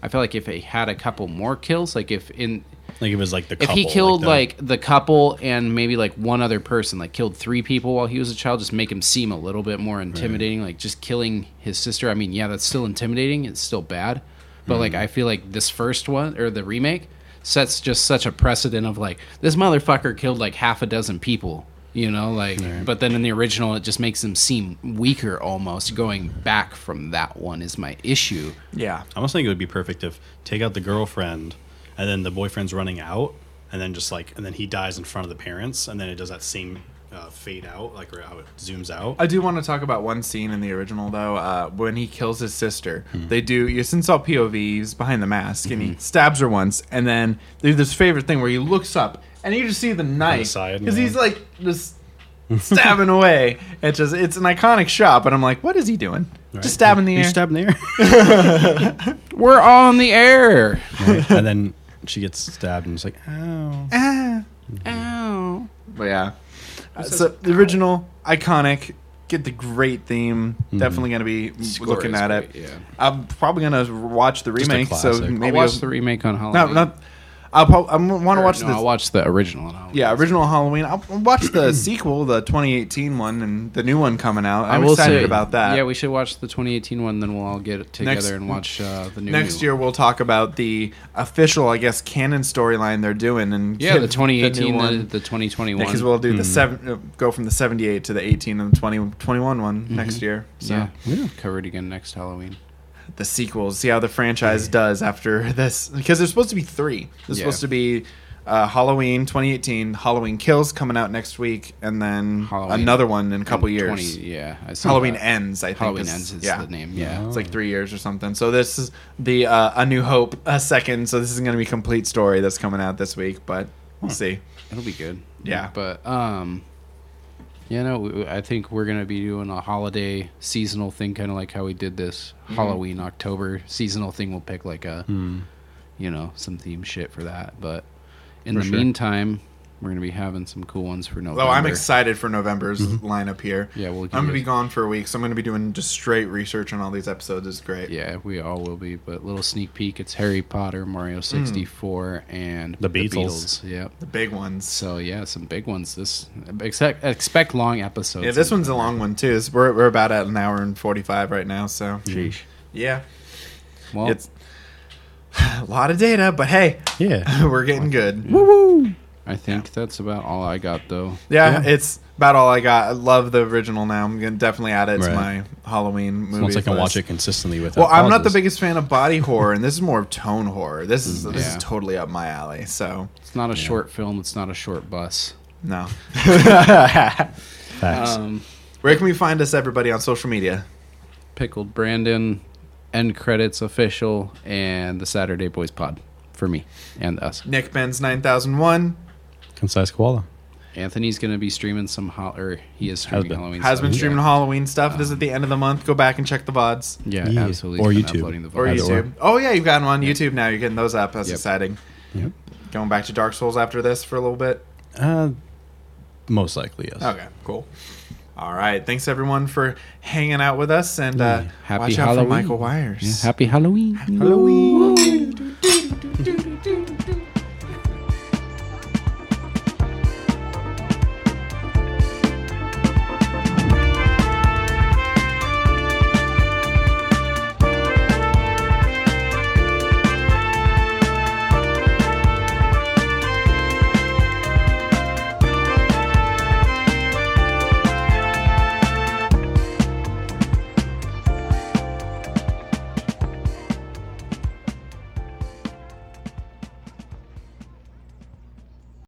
I felt like if it had a couple more kills, like if in Like it was like the if couple, he killed the- like the, couple and maybe like one other person, like killed three people while he was a child, just make him seem a little bit more intimidating. Like just killing his sister. I mean, yeah, that's still intimidating. It's still bad, but like I feel like this first one or the remake sets just such a precedent of like this motherfucker killed like half a dozen people. You know, like, but then in the original, it just makes him seem weaker almost. Going back from that one is my issue. yeah I almost think it would be perfect if take out the girlfriend and then the boyfriend's running out and then just like and then he dies in front of the parents and then it does that same uh, fade out like or how it zooms out. I do want to talk about one scene in the original though, uh, when he kills his sister. Hmm. They do you since all POVs behind the mask, and he stabs her once, and then they do this favorite thing where he looks up and you just see the knife side, because yeah. he's like <laughs> just stabbing away. It's just it's an iconic shot, but I'm like, what is he doing? Right. Just stabbing the You air. stabbing the air. We're on the air. <laughs> Right. and then she gets stabbed and it's like, oh. ow. Ah. Ow. But yeah, Uh, so the original iconic get the great theme. Mm-hmm. Definitely going to be Score looking is at great, it. yeah. I'm probably going to watch the a remake. So classic. maybe I'll watch I'll- the remake on Halloween. no, not. I'll prob- I want to Or, watch no, the I'll watch the original on Halloween. yeah original Halloween. I'll watch <clears throat> the sequel, the 2018 one, and the new one coming out. I I'm will excited say- about that. Yeah, we should watch the 2018 one, then we'll all get together Next- and watch uh, the new Next new year we'll talk about the official, I guess, canon storyline they're doing, and <laughs> Yeah, give the 2018, new the, Hmm. one. the, 2021. because we'll do the seven, uh, go from the 78 to the 18 and the 20, 21 one next year. So Mm-hmm. yeah, covered again next Halloween. the sequels, see how the franchise does after this, because there's supposed to be three. There's Yeah. supposed to be uh, Halloween 2018, Halloween Kills coming out next week, and then Halloween another one in a couple In years. 20 yeah, I saw Halloween that. ends, I think. Halloween is- ends is yeah. the name. Yeah. It's like three years or something. So this is the uh, A New Hope a second. So this is going to be complete story that's coming out this week, but Hmm. we'll see. It'll be good. Yeah. But um you know, we- I think we're going to be doing a holiday seasonal thing kind of like how we did this Mm-hmm. Halloween October seasonal thing. We'll pick like a Hmm. you know, some theme shit for that, but in For the sure. meantime, we're going to be having some cool ones for November. Though Oh, I'm excited for November's lineup here. Mm-hmm. Yeah, we'll give I'm gonna be you- gone for a week, so I'm gonna be doing just straight research on all these episodes. Is great. Yeah, we all will be, but little sneak peek, it's Harry Potter, Hmm. Mario 64 and The Beatles. Yep. The big ones. So yeah, some big ones this expect expect long episodes. yeah, this one's a long one too. It's- We're we're about at an hour and 45 right now. So Sheesh. yeah, well, it's <sighs> a lot of data, but hey, <laughs> Yeah. we're getting good. I think that's about all I got though. Yeah, it's about all I got. I love the original now. I'm gonna definitely add it to Right. my Halloween movie. Once I can list. watch it consistently without Well, I'm not the pauses. biggest fan of body horror, and this is more of tone horror. This is this Yeah. is totally up my alley. So It's not a short film. It's not a short bus. no, <laughs> Facts. Um, where can we find us, everybody, on social media? Pickled Brandon, end credits official, and the Saturday Boys Pod for me and us. Nick Benz nine thousand one Concise koala. Anthony's gonna be streaming some ho- or he is streaming been. Halloween. has stuff. been streaming Halloween stuff. Um, This is at the end of the month. Go back and check the vods Yeah, Yeah. absolutely. Or He's YouTube. been uploading the or Either vlogs. YouTube. Oh yeah, you've gotten one on YouTube now. You're getting those up. That's Yep. exciting. Yep. Going back to Dark Souls after this for a little bit. Uh, most likely, yes. Okay, cool. All right, thanks everyone for hanging out with us, and uh, Happy watch out Halloween. for Michael Wires. Yeah, happy Halloween. Halloween.